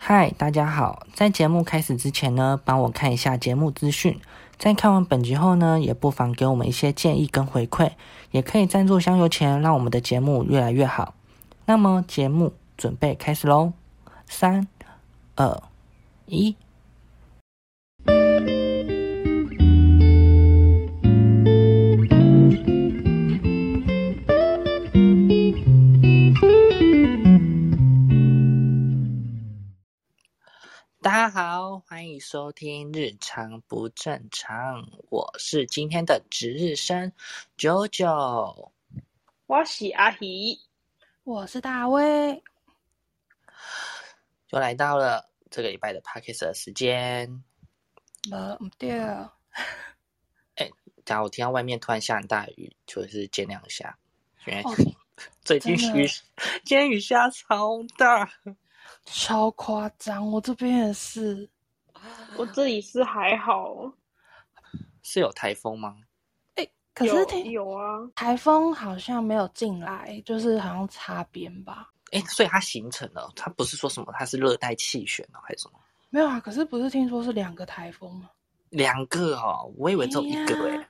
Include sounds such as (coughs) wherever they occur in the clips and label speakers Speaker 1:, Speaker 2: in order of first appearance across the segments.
Speaker 1: 嗨，大家好！在节目开始之前呢，帮我看一下节目资讯。在看完本集后呢，也不妨给我们一些建议跟回馈，也可以赞助香油钱，让我们的节目越来越好。那么节目准备开始喽，三、二、一。大家好，欢迎收听《日常不正常》，我是今天的值日生九九。
Speaker 2: 我是阿姨，
Speaker 3: 我是大卫，
Speaker 1: 就来到了这个礼拜的 p a c k a g e 的时间。
Speaker 3: 无唔呃对，
Speaker 1: 然后我听到外面突然下很大的雨，就是见谅一下，因为、
Speaker 3: 哦
Speaker 1: (laughs) 最近
Speaker 3: 真的
Speaker 1: 雨，今天雨下超大。
Speaker 3: 超夸张！我这边也是，
Speaker 2: 我这里是还好，
Speaker 1: 是有台风吗？
Speaker 3: 可是
Speaker 2: 有
Speaker 3: 听
Speaker 2: 有啊，
Speaker 3: 台风好像没有进来，就是好像擦边吧？
Speaker 1: 哎，所以它形成了，它不是说什么，它是热带气旋哦，还是什么？
Speaker 3: 没有啊，可是不是听说是两个台风吗？
Speaker 1: 两个哦，我以为只有一个
Speaker 3: 哎
Speaker 1: 哎、
Speaker 3: 呀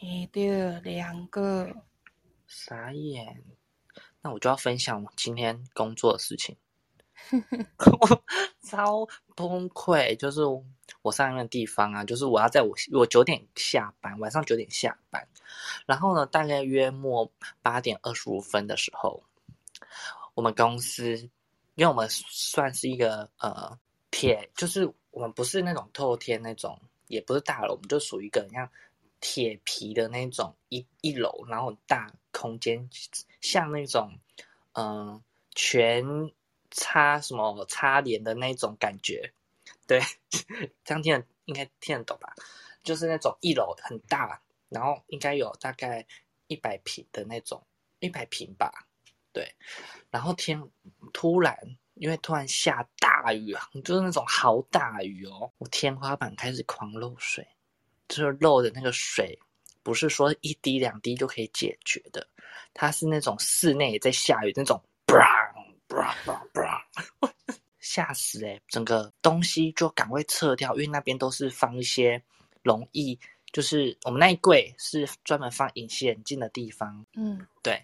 Speaker 3: 一对，两个。
Speaker 1: 傻眼。那我就要分享我今天工作的事
Speaker 3: (laughs)
Speaker 1: 情， (laughs) 我超崩溃。就是我上一个地方啊，就是我要在我我九点下班，晚上九点下班，然后呢，大概约莫八点二十五分的时候，我们公司，因为我们算是一个呃铁，就是我们不是那种透天那种，也不是大楼，我们就属于一个很像铁皮的那种一一楼，然后很大空间，像那种嗯、呃全插什么插帘的那种感觉，对， (laughs) 这样听得应该听得懂吧？就是那种一楼很大，然后应该有大概一百平的那种，一百平吧，对，然后天突然，因为突然下大雨啊，就是那种好大雨哦，我天花板开始狂漏水，就是漏的那个水，不是说一滴两滴就可以解决的，它是那种室内也在下雨那种，砰砰砰砰， (laughs) 吓死哎、整个东西就赶快撤掉，因为那边都是放一些容易，就是我们那一柜是专门放隐形眼镜的地方，
Speaker 3: 嗯，
Speaker 1: 对，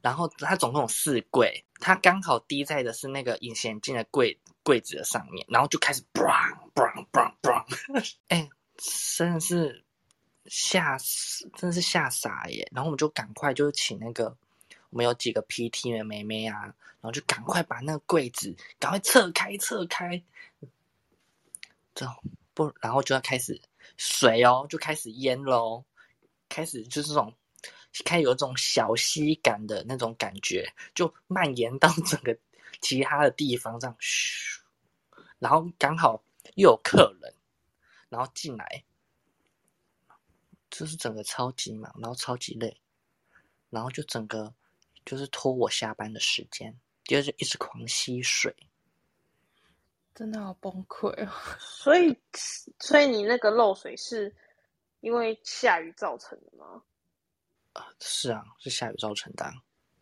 Speaker 1: 然后它总共有四柜，它刚好滴在的是那个隐形眼镜的柜柜子的上面，然后就开始 bang bang bang bang，哎， (laughs) 真的是吓死，真的是吓傻耶！然后我们就赶快就请那个我们有几个 PT 的妹妹啊，然后就赶快把那个柜子赶快撤开撤开，这不，然后就要开始水哦，就开始淹喽，开始就是这种，开始有这种小溪感的那种感觉，就蔓延到整个其他的地方，这样嘘，然后刚好又有客人，然后进来，就是整个超级忙，然后超级累，然后就整个就是拖我下班的时间，就是一直狂吸水。
Speaker 3: 真的好崩溃哦！
Speaker 2: 所以所以你那个漏水是因为下雨造成的吗？
Speaker 1: 是啊，是下雨造成的啊、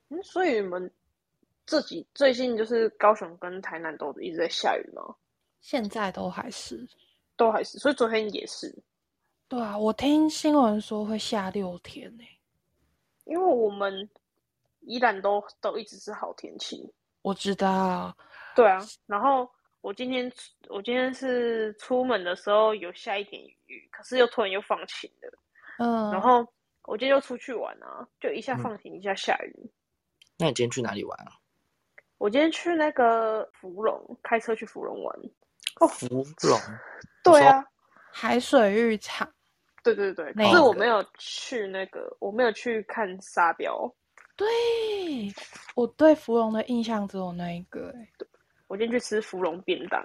Speaker 2: 嗯，所以你们自己最近就是高雄跟台南都一直在下雨吗？
Speaker 3: 现在都还是。
Speaker 2: 都还是，所以昨天也是，
Speaker 3: 对啊，我听新闻说会下六天呢、
Speaker 2: 因为我们宜兰都都一直是好天气，
Speaker 3: 我知道，
Speaker 2: 对啊，然后我今天出我今天是出门的时候有下一点雨，可是又突然又放晴了。
Speaker 3: 嗯，
Speaker 2: 然后我今天又出去玩啊，就一下
Speaker 1: 嗯
Speaker 2: 放晴，一下下雨。
Speaker 1: 那你今天去哪里玩啊？
Speaker 2: 我今天去那个芙蓉，开车去芙蓉玩。哦，
Speaker 1: 芙蓉。
Speaker 2: 对啊，
Speaker 3: 海水浴场，
Speaker 2: 对对对，可
Speaker 3: 那
Speaker 2: 是
Speaker 3: 个
Speaker 2: 我没有去那个，我没有去看沙雕。
Speaker 3: 对我对芙蓉的印象只有那一个、欸，
Speaker 2: 我今天去吃芙蓉便当，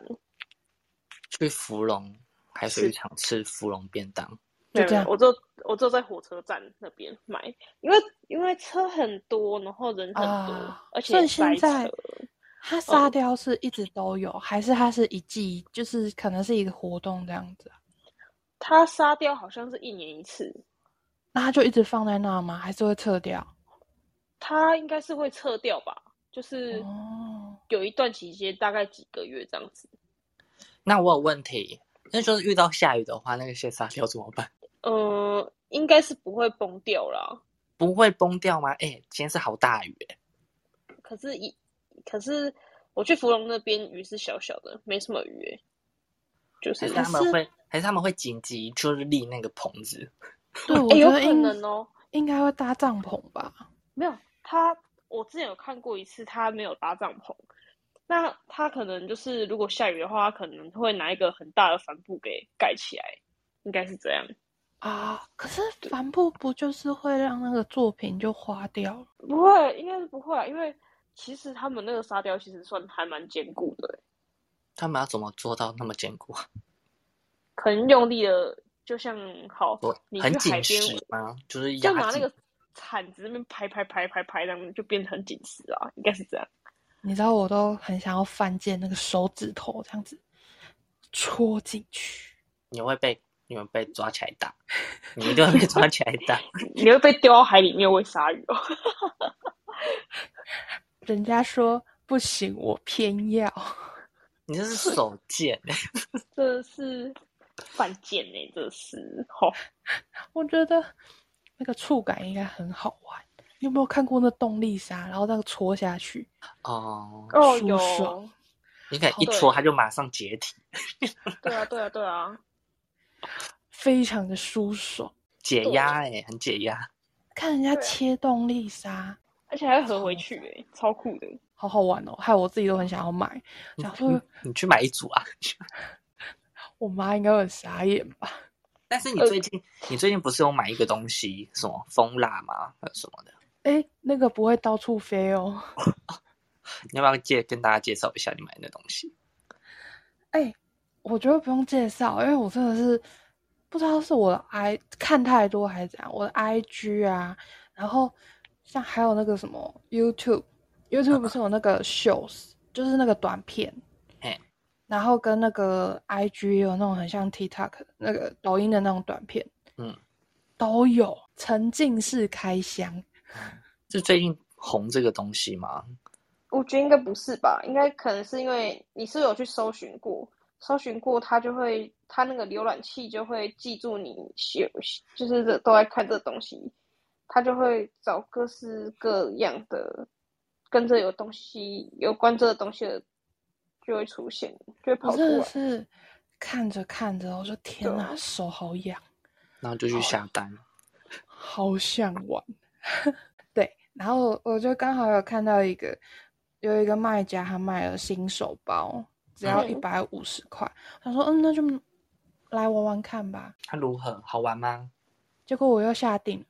Speaker 1: 去芙蓉海水浴场吃芙蓉便当，
Speaker 2: 没
Speaker 3: 就
Speaker 2: 有
Speaker 3: 这样
Speaker 2: 没有我就我就在火车站那边买，因为因为车很多，然后人很多，
Speaker 3: 啊
Speaker 2: 而
Speaker 3: 所
Speaker 2: 且嗯
Speaker 3: 以现
Speaker 2: 塞
Speaker 3: 在
Speaker 2: 车。
Speaker 3: 它沙雕是一直都有，还是它是一季，就是可能是一个活动这样子啊？
Speaker 2: 它沙雕好像是一年一次，
Speaker 3: 那它就一直放在那吗？还是会撤掉？
Speaker 2: 它应该是会撤掉吧？就是 (laughs)
Speaker 3: 哦，
Speaker 2: 有一段期间，大概几个月这样子。
Speaker 1: 那我有问题，那就是遇到下雨的话，那个些沙雕怎么办？
Speaker 2: 嗯，应该是不会崩掉啦。
Speaker 1: 不会崩掉吗？哎、今天是好大雨、哎，
Speaker 2: 可是一，可是我去芙蓉那边鱼是小小的，没什么鱼、欸，就是
Speaker 1: 还是他们会，还是他们会紧急就是立那个棚子？
Speaker 3: 对，我
Speaker 2: 哎、
Speaker 3: 觉
Speaker 2: 有
Speaker 3: 得
Speaker 2: 可
Speaker 3: 应
Speaker 2: 能哦、
Speaker 3: 应该会搭帐篷吧。
Speaker 2: 没有他，我之前有看过一次，他没有搭帐篷。那他可能就是，如果下雨的话，他可能会拿一个很大的帆布给盖起来，应该是这样。
Speaker 3: 啊，可是帆布不就是会让那个作品就花掉了？
Speaker 2: 不会，应该是不会啊，因为其实他们那个沙雕其实算还蛮坚固的欸、
Speaker 1: 他们要怎么做到那么坚固？
Speaker 2: 可能用力的，就像好
Speaker 1: 我，
Speaker 2: 你去
Speaker 1: 很
Speaker 2: 海
Speaker 1: 紧
Speaker 2: 边，
Speaker 1: 实吗？就是
Speaker 2: 就
Speaker 1: 压
Speaker 2: 拿那
Speaker 1: 紧
Speaker 2: (laughs) 个铲子那边拍拍拍拍拍，然后就变得很紧实啊，应该是这样。
Speaker 3: 你知道我都很想要翻见那个手指头这样子戳进去。
Speaker 1: 你会被你们被抓起来打，你一定会被抓起来打。
Speaker 2: 你会被丢到海里面喂鲨鱼哦。
Speaker 3: 人家说不行，我偏要。
Speaker 1: 你这是手贱，
Speaker 2: (laughs) 这是犯贱呢、这是吼、
Speaker 3: 我觉得那个触感应该很好玩。你有没有看过那动力沙，然后那个戳下去？
Speaker 1: 哦，
Speaker 2: 哦
Speaker 3: 舒
Speaker 2: 有，
Speaker 3: 爽
Speaker 1: 你
Speaker 2: 哦
Speaker 1: 可能一戳它就马上解体，
Speaker 2: 对啊对啊对啊，
Speaker 3: 非常的舒爽。
Speaker 1: 解压哎、很解压。
Speaker 3: 看人家
Speaker 2: 对啊
Speaker 3: 切动力沙，
Speaker 2: 而且还会合回去哎、超酷的。
Speaker 3: 好好玩哦，害我自己都很想要买。
Speaker 1: 你
Speaker 3: 想
Speaker 1: 你
Speaker 3: 说
Speaker 1: 你去买一组啊！
Speaker 3: 我妈应该会很傻眼吧？
Speaker 1: 但是你最近、你最近不是有买一个东西，什么蜂蜡吗？还有什么的？
Speaker 3: 哎，那个不会到处飞哦。
Speaker 1: 你要不要介跟大家介绍一下你买的东西？
Speaker 3: 哎、我觉得不用介绍，因为我真的是不知道是我的 i 看太多还是怎样，我的 IG 啊，然后像还有那个什么
Speaker 1: 啊
Speaker 3: YouTube，YouTube 不是有那个 Shows，就是那个短片
Speaker 1: 嘿，
Speaker 3: 然后跟那个 IG 有那种很像 TikTok 那个抖音的那种短片，
Speaker 1: 嗯，
Speaker 3: 都有沉浸式开箱，
Speaker 1: 是最近红这个东西吗？
Speaker 2: 我觉得应该不是吧，应该可能是因为你是有去搜寻过，搜寻过它就会，它那个浏览器就会记住你有就是这都在看这东西，它就会找各式各样的跟这有东西有关这个东西的就会出现，就会跑
Speaker 3: 我
Speaker 2: 出
Speaker 3: 真
Speaker 1: 啊
Speaker 3: 的
Speaker 2: 来。
Speaker 3: 是看着看着，我说天哪，
Speaker 2: 对
Speaker 3: 手好痒。
Speaker 1: 然后就去下单。
Speaker 3: 好想玩。 (laughs) 对，然后我就刚好有看到一个，有一个卖家他卖了新手包，只要
Speaker 2: 嗯
Speaker 3: 一百五十块。他说，嗯，那就来玩玩看吧。
Speaker 1: 它如何？好玩吗？
Speaker 3: 结果我又下定了，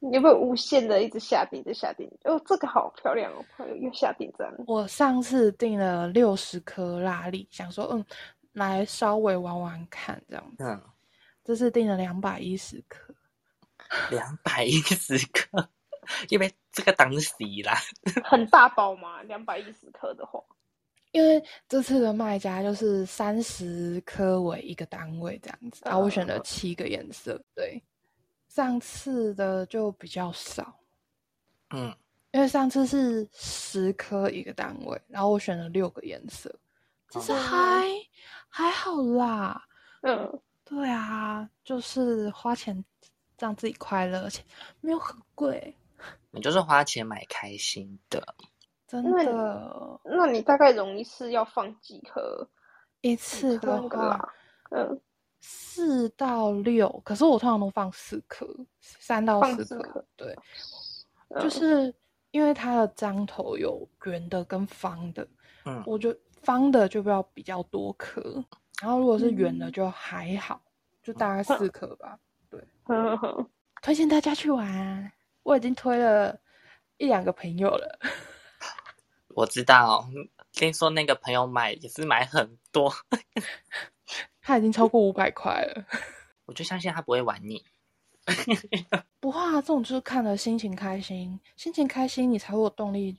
Speaker 2: 你有没有无限的一直下定，一直下定？哦，这个好漂亮哦，又下定这样。
Speaker 3: 我上次订了六十颗拉力，想说，嗯，来稍微玩玩看这样子。
Speaker 1: 嗯，
Speaker 3: 这次订了两百一十颗，
Speaker 1: 两百一十克，因为这个当洗啦。
Speaker 2: 很大包吗？两百一十克的话，
Speaker 3: 因为这次的卖家就是三十颗为一个单位这样子，然后我选了七个颜色。对，上次的就比较少，
Speaker 1: 嗯，
Speaker 3: 因为上次是十颗一个单位，然后我选了六个颜色，其实
Speaker 1: 哦
Speaker 3: 还、还好啦。
Speaker 2: 嗯，
Speaker 3: 对啊，就是花钱让自己快乐，而且没有很贵，
Speaker 1: 你就是花钱买开心的。
Speaker 3: 真
Speaker 2: 那你
Speaker 3: 的。
Speaker 2: 那你大概容易是要放几颗？
Speaker 3: 一次
Speaker 2: 颗
Speaker 3: 的
Speaker 2: 那个
Speaker 3: 话，
Speaker 2: 啦，嗯，
Speaker 3: 四到六，可是我通常都放四颗，三到
Speaker 2: 放
Speaker 3: 四
Speaker 2: 四
Speaker 3: 颗
Speaker 2: 颗，
Speaker 3: 对，
Speaker 2: 嗯
Speaker 3: 就是因为它的章头有圆的跟方的，
Speaker 1: 嗯
Speaker 3: 我就方的就要比较多颗，然后如果是圆的
Speaker 2: 嗯
Speaker 3: 就还好，就大概四颗吧。
Speaker 2: 哼哼，
Speaker 3: 推荐大家去玩，我已经推了一两个朋友了，
Speaker 1: 我知道，听说那个朋友买也是买很多，
Speaker 3: 他已经超过五百块了。
Speaker 1: 我就相信他不会玩腻。
Speaker 3: 不怕、啊，这种就是看了心情开心，心情开心你才会有动力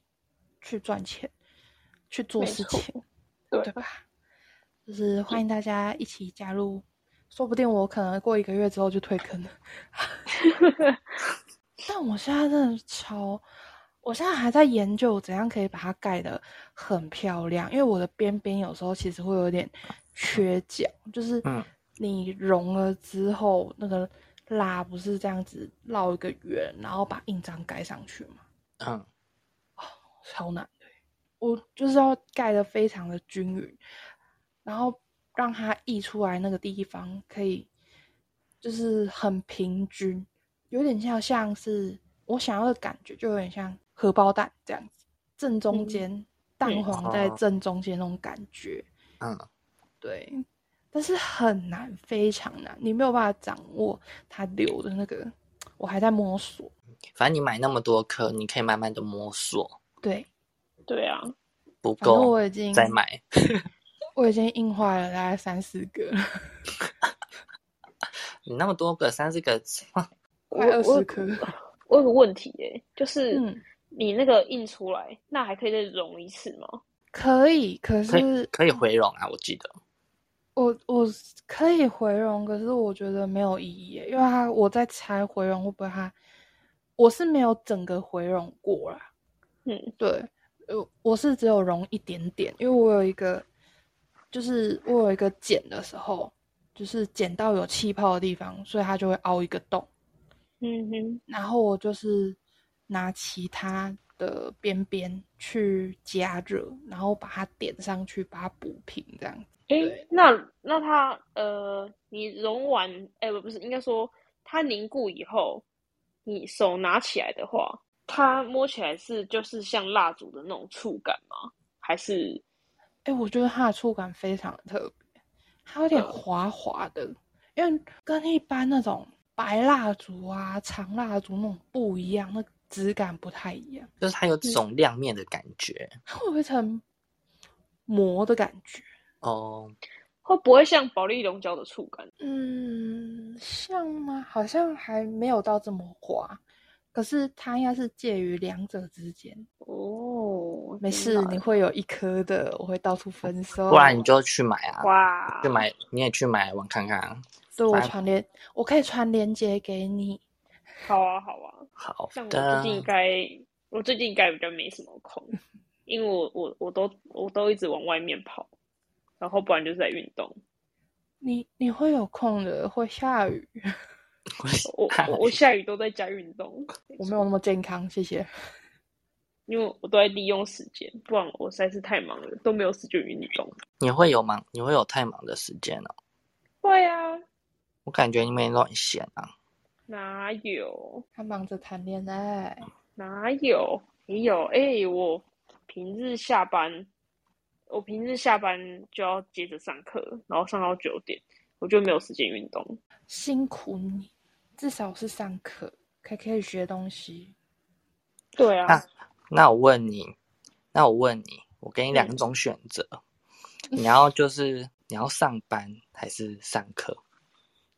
Speaker 3: 去赚钱，去做
Speaker 2: 没
Speaker 3: 事
Speaker 2: 错
Speaker 3: 情。
Speaker 2: 对嗯
Speaker 3: 对吧？就是欢迎大家一起加入，说不定我可能过一个月之后就退坑了。但我现在真的超，我现在还在研究怎样可以把它盖得很漂亮，因为我的边边有时候其实会有点缺角，就是
Speaker 1: 嗯
Speaker 3: 你融了之后，那个蜡不是这样子绕一个圆，然后把印章盖上去嘛，
Speaker 1: 嗯，
Speaker 3: 超难的欸。我就是要盖得非常的均匀，然后让它溢出来那个地方可以就是很平均，有点像像是我想要的感觉，就有点像荷包蛋这样子，正中
Speaker 2: 嗯
Speaker 3: 间、蛋黄在
Speaker 1: 哦
Speaker 3: 正中间那种感觉。
Speaker 1: 嗯，
Speaker 3: 对，但是很难，非常难，你没有办法掌握它流的那个，我还在摸索。
Speaker 1: 反正你买那么多颗，你可以慢慢的摸索，
Speaker 3: 对，
Speaker 2: (laughs) 对啊，
Speaker 1: 不
Speaker 3: 反正
Speaker 1: 够
Speaker 3: 我已
Speaker 2: 嗯
Speaker 3: 经
Speaker 1: 再买。
Speaker 3: 我已经印坏了大概三四个了，
Speaker 1: 你那么多个，三四个，
Speaker 3: 快
Speaker 2: 我
Speaker 3: 二
Speaker 2: 我
Speaker 3: 十颗。 (laughs)
Speaker 2: 我有个问题耶、就是
Speaker 3: 嗯，
Speaker 2: 你那个印出来，那还可以再融一次吗？
Speaker 3: 可以，可
Speaker 1: 可以
Speaker 3: 是
Speaker 1: 可以回笼啊，我记得。
Speaker 3: 我我可以回笼，可是我觉得没有意义耶，因为它我在猜回笼会不会它，我是没有整个回笼过啦。
Speaker 2: 嗯，
Speaker 3: 对，呃，我是只有融一点点，因为我有一个，就是我有一个剪的时候，就是剪到有气泡的地方，所以它就会凹一个洞。
Speaker 2: 嗯哼，
Speaker 3: 然后我就是拿其他的边边去加热，然后把它点上去，把它补平，这样子。
Speaker 2: 诶、
Speaker 3: 对
Speaker 2: 那那它呃，你融完，哎、不不是，应该说它凝固以后，你手拿起来的话，它摸起来是就是像蜡烛的那种触感吗？还是
Speaker 3: 哎，我觉得它的触感非常的特别，它有点滑滑的，因为跟一般那种白蜡烛啊、长蜡烛那种不一样，那个质感不太一样。
Speaker 1: 就是它有这种亮面的感觉
Speaker 3: 它会有一层膜的感觉。
Speaker 2: 嗯
Speaker 1: 哦，
Speaker 2: 会不会像保利龙胶的触感？
Speaker 3: 嗯，像吗？好像还没有到这么滑，可是它应该是介于两者之间。
Speaker 2: 哦，天
Speaker 3: 没事，
Speaker 2: 哪
Speaker 3: 你会有一颗的，我会到处分手。
Speaker 1: 哦不然你就去买啊，
Speaker 2: 哇，
Speaker 1: 去买你也去买玩看看啊。
Speaker 3: 对我
Speaker 1: 反
Speaker 3: 传链，我可以传链接给你。
Speaker 2: 好啊，好啊。
Speaker 1: 好
Speaker 2: 像我
Speaker 1: 的
Speaker 2: 最，近应该，我最近应该比较没什么空，因为我我我都我都一直往外面跑，然后不然就是在运动。
Speaker 3: 你你会有空的，会下雨。
Speaker 2: 我我我下雨都在家运动，
Speaker 3: 我没有那么健康，谢谢。
Speaker 2: 因为我都在利用时间，不然我实在是太忙了，都没有时间运动。
Speaker 1: (laughs) 你会有忙，你会有太忙的时间哦。
Speaker 2: 对啊，
Speaker 1: 我感觉你每天都很闲啊。
Speaker 2: 哪有
Speaker 3: 他忙着谈恋爱，
Speaker 2: 哪有没有？哎、我平日下班，我平日下班就要接着上课，然后上到九点，我就没有时间运动。
Speaker 3: 辛苦你，至少是上课，还可以学东西。
Speaker 2: 对啊，
Speaker 1: 啊那我问你，那我问你，我给你两
Speaker 2: 嗯
Speaker 1: 种选
Speaker 2: (laughs)
Speaker 1: 择，你要就是你要上班还是上课，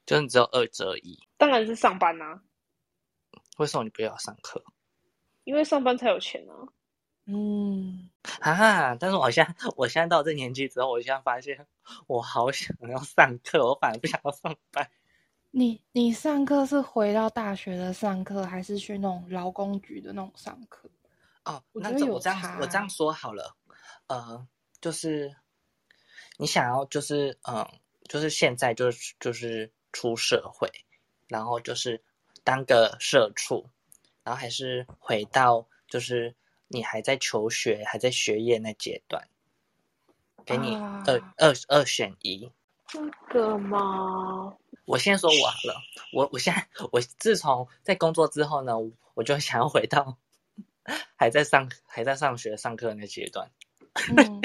Speaker 1: 就是你只有二择一。
Speaker 2: 当然是上班啊。
Speaker 1: 为什么你不要上课
Speaker 2: 因为上班才有钱啊。
Speaker 3: 嗯。
Speaker 1: (laughs) 啊？但是我现在，我现在到这年纪之后，我现在发现我好想要上课，我反而不想要上班。
Speaker 3: 你你上课是回到大学的上课，还是去那种劳工局的那种上课？
Speaker 1: 哦，
Speaker 3: 我
Speaker 1: 那
Speaker 3: 觉得
Speaker 1: 这
Speaker 3: 有
Speaker 1: 我这
Speaker 3: 差
Speaker 1: 样我这样说好了，呃，就是你想要就是嗯，就是现在就是就是出社会，然后就是当个社畜，然后还是回到就是你还在求学还在学业那阶段，给你二、
Speaker 3: 啊
Speaker 1: 二二选一。
Speaker 2: 那个嘛，
Speaker 1: 我先说我好了，我我现在我自从在工作之后呢，我就想要回到还在上还在上学上课那阶段。
Speaker 3: 嗯，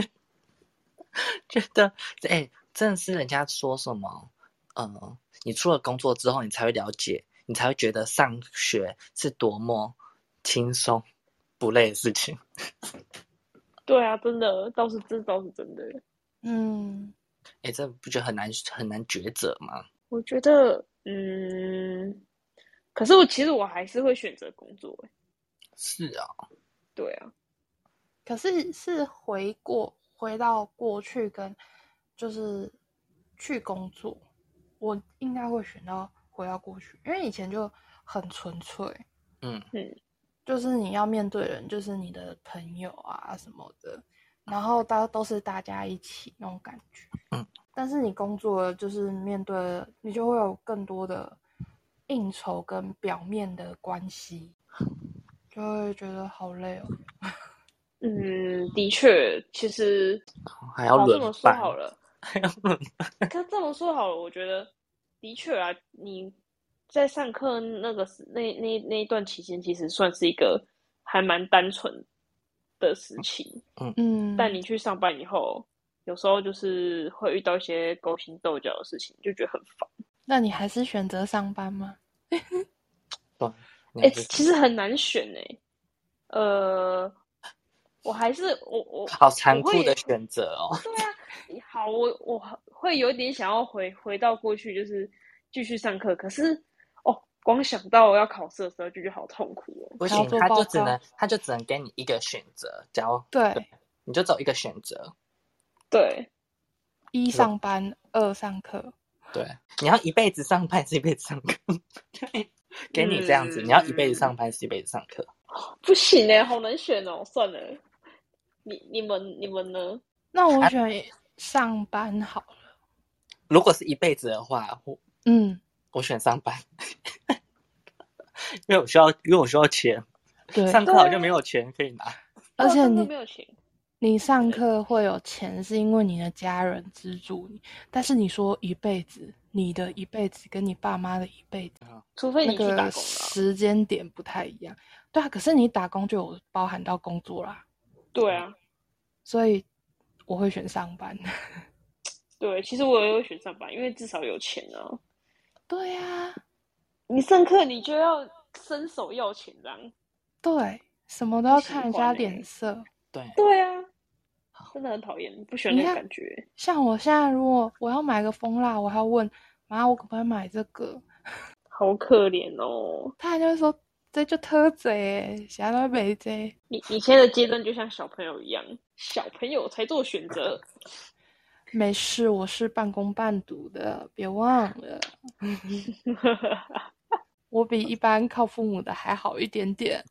Speaker 1: 觉得，哎、真的是人家说什么，呃，你出了工作之后，你才会了解，你才会觉得上学是多么轻松不累的事情。
Speaker 2: 对啊，真的，倒是这倒是真的。
Speaker 3: 嗯，
Speaker 1: 哎、这不觉得很难很难抉择吗？
Speaker 2: 我觉得，嗯，可是我其实我还是会选择工作、欸。
Speaker 1: 是啊、
Speaker 2: 对啊，
Speaker 3: 可是是回过回到过去跟就是去工作，我应该会选到回到过去，因为以前就很纯粹，
Speaker 1: 嗯
Speaker 2: 嗯，
Speaker 3: 就是你要面对的人，就是你的朋友啊什么的，然后大都是大家一起那种感觉。
Speaker 1: 嗯，
Speaker 3: 但是你工作了就是面对了你就会有更多的应酬跟表面的关系，就会觉得好累哦。
Speaker 2: 嗯，的确，其实
Speaker 1: 还要
Speaker 2: 好这
Speaker 1: 轮
Speaker 2: 么说
Speaker 1: 班，
Speaker 2: 好了，
Speaker 1: 还要轮
Speaker 2: 可这么说好了，我觉得的确啊，你在上课那个时那那那一段期间，其实算是一个还蛮单纯的时期。
Speaker 3: 嗯，
Speaker 2: 但你去上班以后，有时候就是会遇到一些勾心斗角的事情，就觉得很烦。
Speaker 3: 那你还是选择上班吗？
Speaker 2: 哎、
Speaker 3: 嗯
Speaker 1: 班。
Speaker 2: 其实很难选哎、呃，我还是我我
Speaker 1: 好残
Speaker 2: 我会
Speaker 1: 酷的选择哦！
Speaker 2: 好，我我会有点想要回回到过去，就是继续上课。可是哦，光想到我要考试的时候，就觉得好痛苦哦。
Speaker 1: 不
Speaker 3: 还要
Speaker 1: 行，
Speaker 3: 做
Speaker 1: 他
Speaker 3: 报
Speaker 1: 就只
Speaker 3: 告
Speaker 1: 能他就只能给你一个选择，假如
Speaker 3: 对，
Speaker 1: 你就只有一个选择，
Speaker 2: 对，
Speaker 3: 一上班，二上课。
Speaker 1: 对，你要一辈子上班还是一辈子上课？对，给你这样子，你要一辈子
Speaker 3: 嗯
Speaker 1: 上班还是一辈子上课？
Speaker 2: 不行哎、好难选哦。算了，你你们你们呢？
Speaker 3: 那我选上班好了。
Speaker 1: 如果是一辈子的话，我
Speaker 3: 嗯，
Speaker 1: 我选上班， (laughs) 因为我需要，因为我需要钱，
Speaker 3: 对，
Speaker 1: 上课好像没有钱可以拿。
Speaker 3: 而且
Speaker 2: 我啊真的
Speaker 3: 你
Speaker 2: 没有钱，
Speaker 3: 你上课会有钱，是因为你的家人资助你。但是你说一辈子，你的一辈子跟你爸妈的一辈子，
Speaker 2: 除非
Speaker 3: 那
Speaker 2: 你去打
Speaker 3: 个
Speaker 2: 工了。
Speaker 3: 时间点不太一样。对啊，可是你打工就有包含到工作啦，
Speaker 2: 对啊，
Speaker 3: 所以我会选上班。 (laughs)
Speaker 2: 对，其实我也会选上班，因为至少有钱啊。
Speaker 3: 对啊呀、
Speaker 2: 你上课你就要伸手要钱这样。
Speaker 3: 对，什么都要
Speaker 2: 不喜
Speaker 3: 看人
Speaker 2: 欢
Speaker 3: 家
Speaker 2: 欸
Speaker 3: 脸色。
Speaker 1: 对，
Speaker 2: 对啊，真的很讨厌，不喜欢那种感觉。
Speaker 3: 像我现在，如果我要买个蜂蜡，我还要问妈，我可不可以买这个？
Speaker 2: 好可怜哦。
Speaker 3: 他还就会说这就特贼，啥都没这。
Speaker 2: 你你现在的阶段就像小朋友一样，小朋友才做选择。 (laughs)
Speaker 3: 没事，我是半工半读的，别忘了，我比一般靠父母的还好一点点。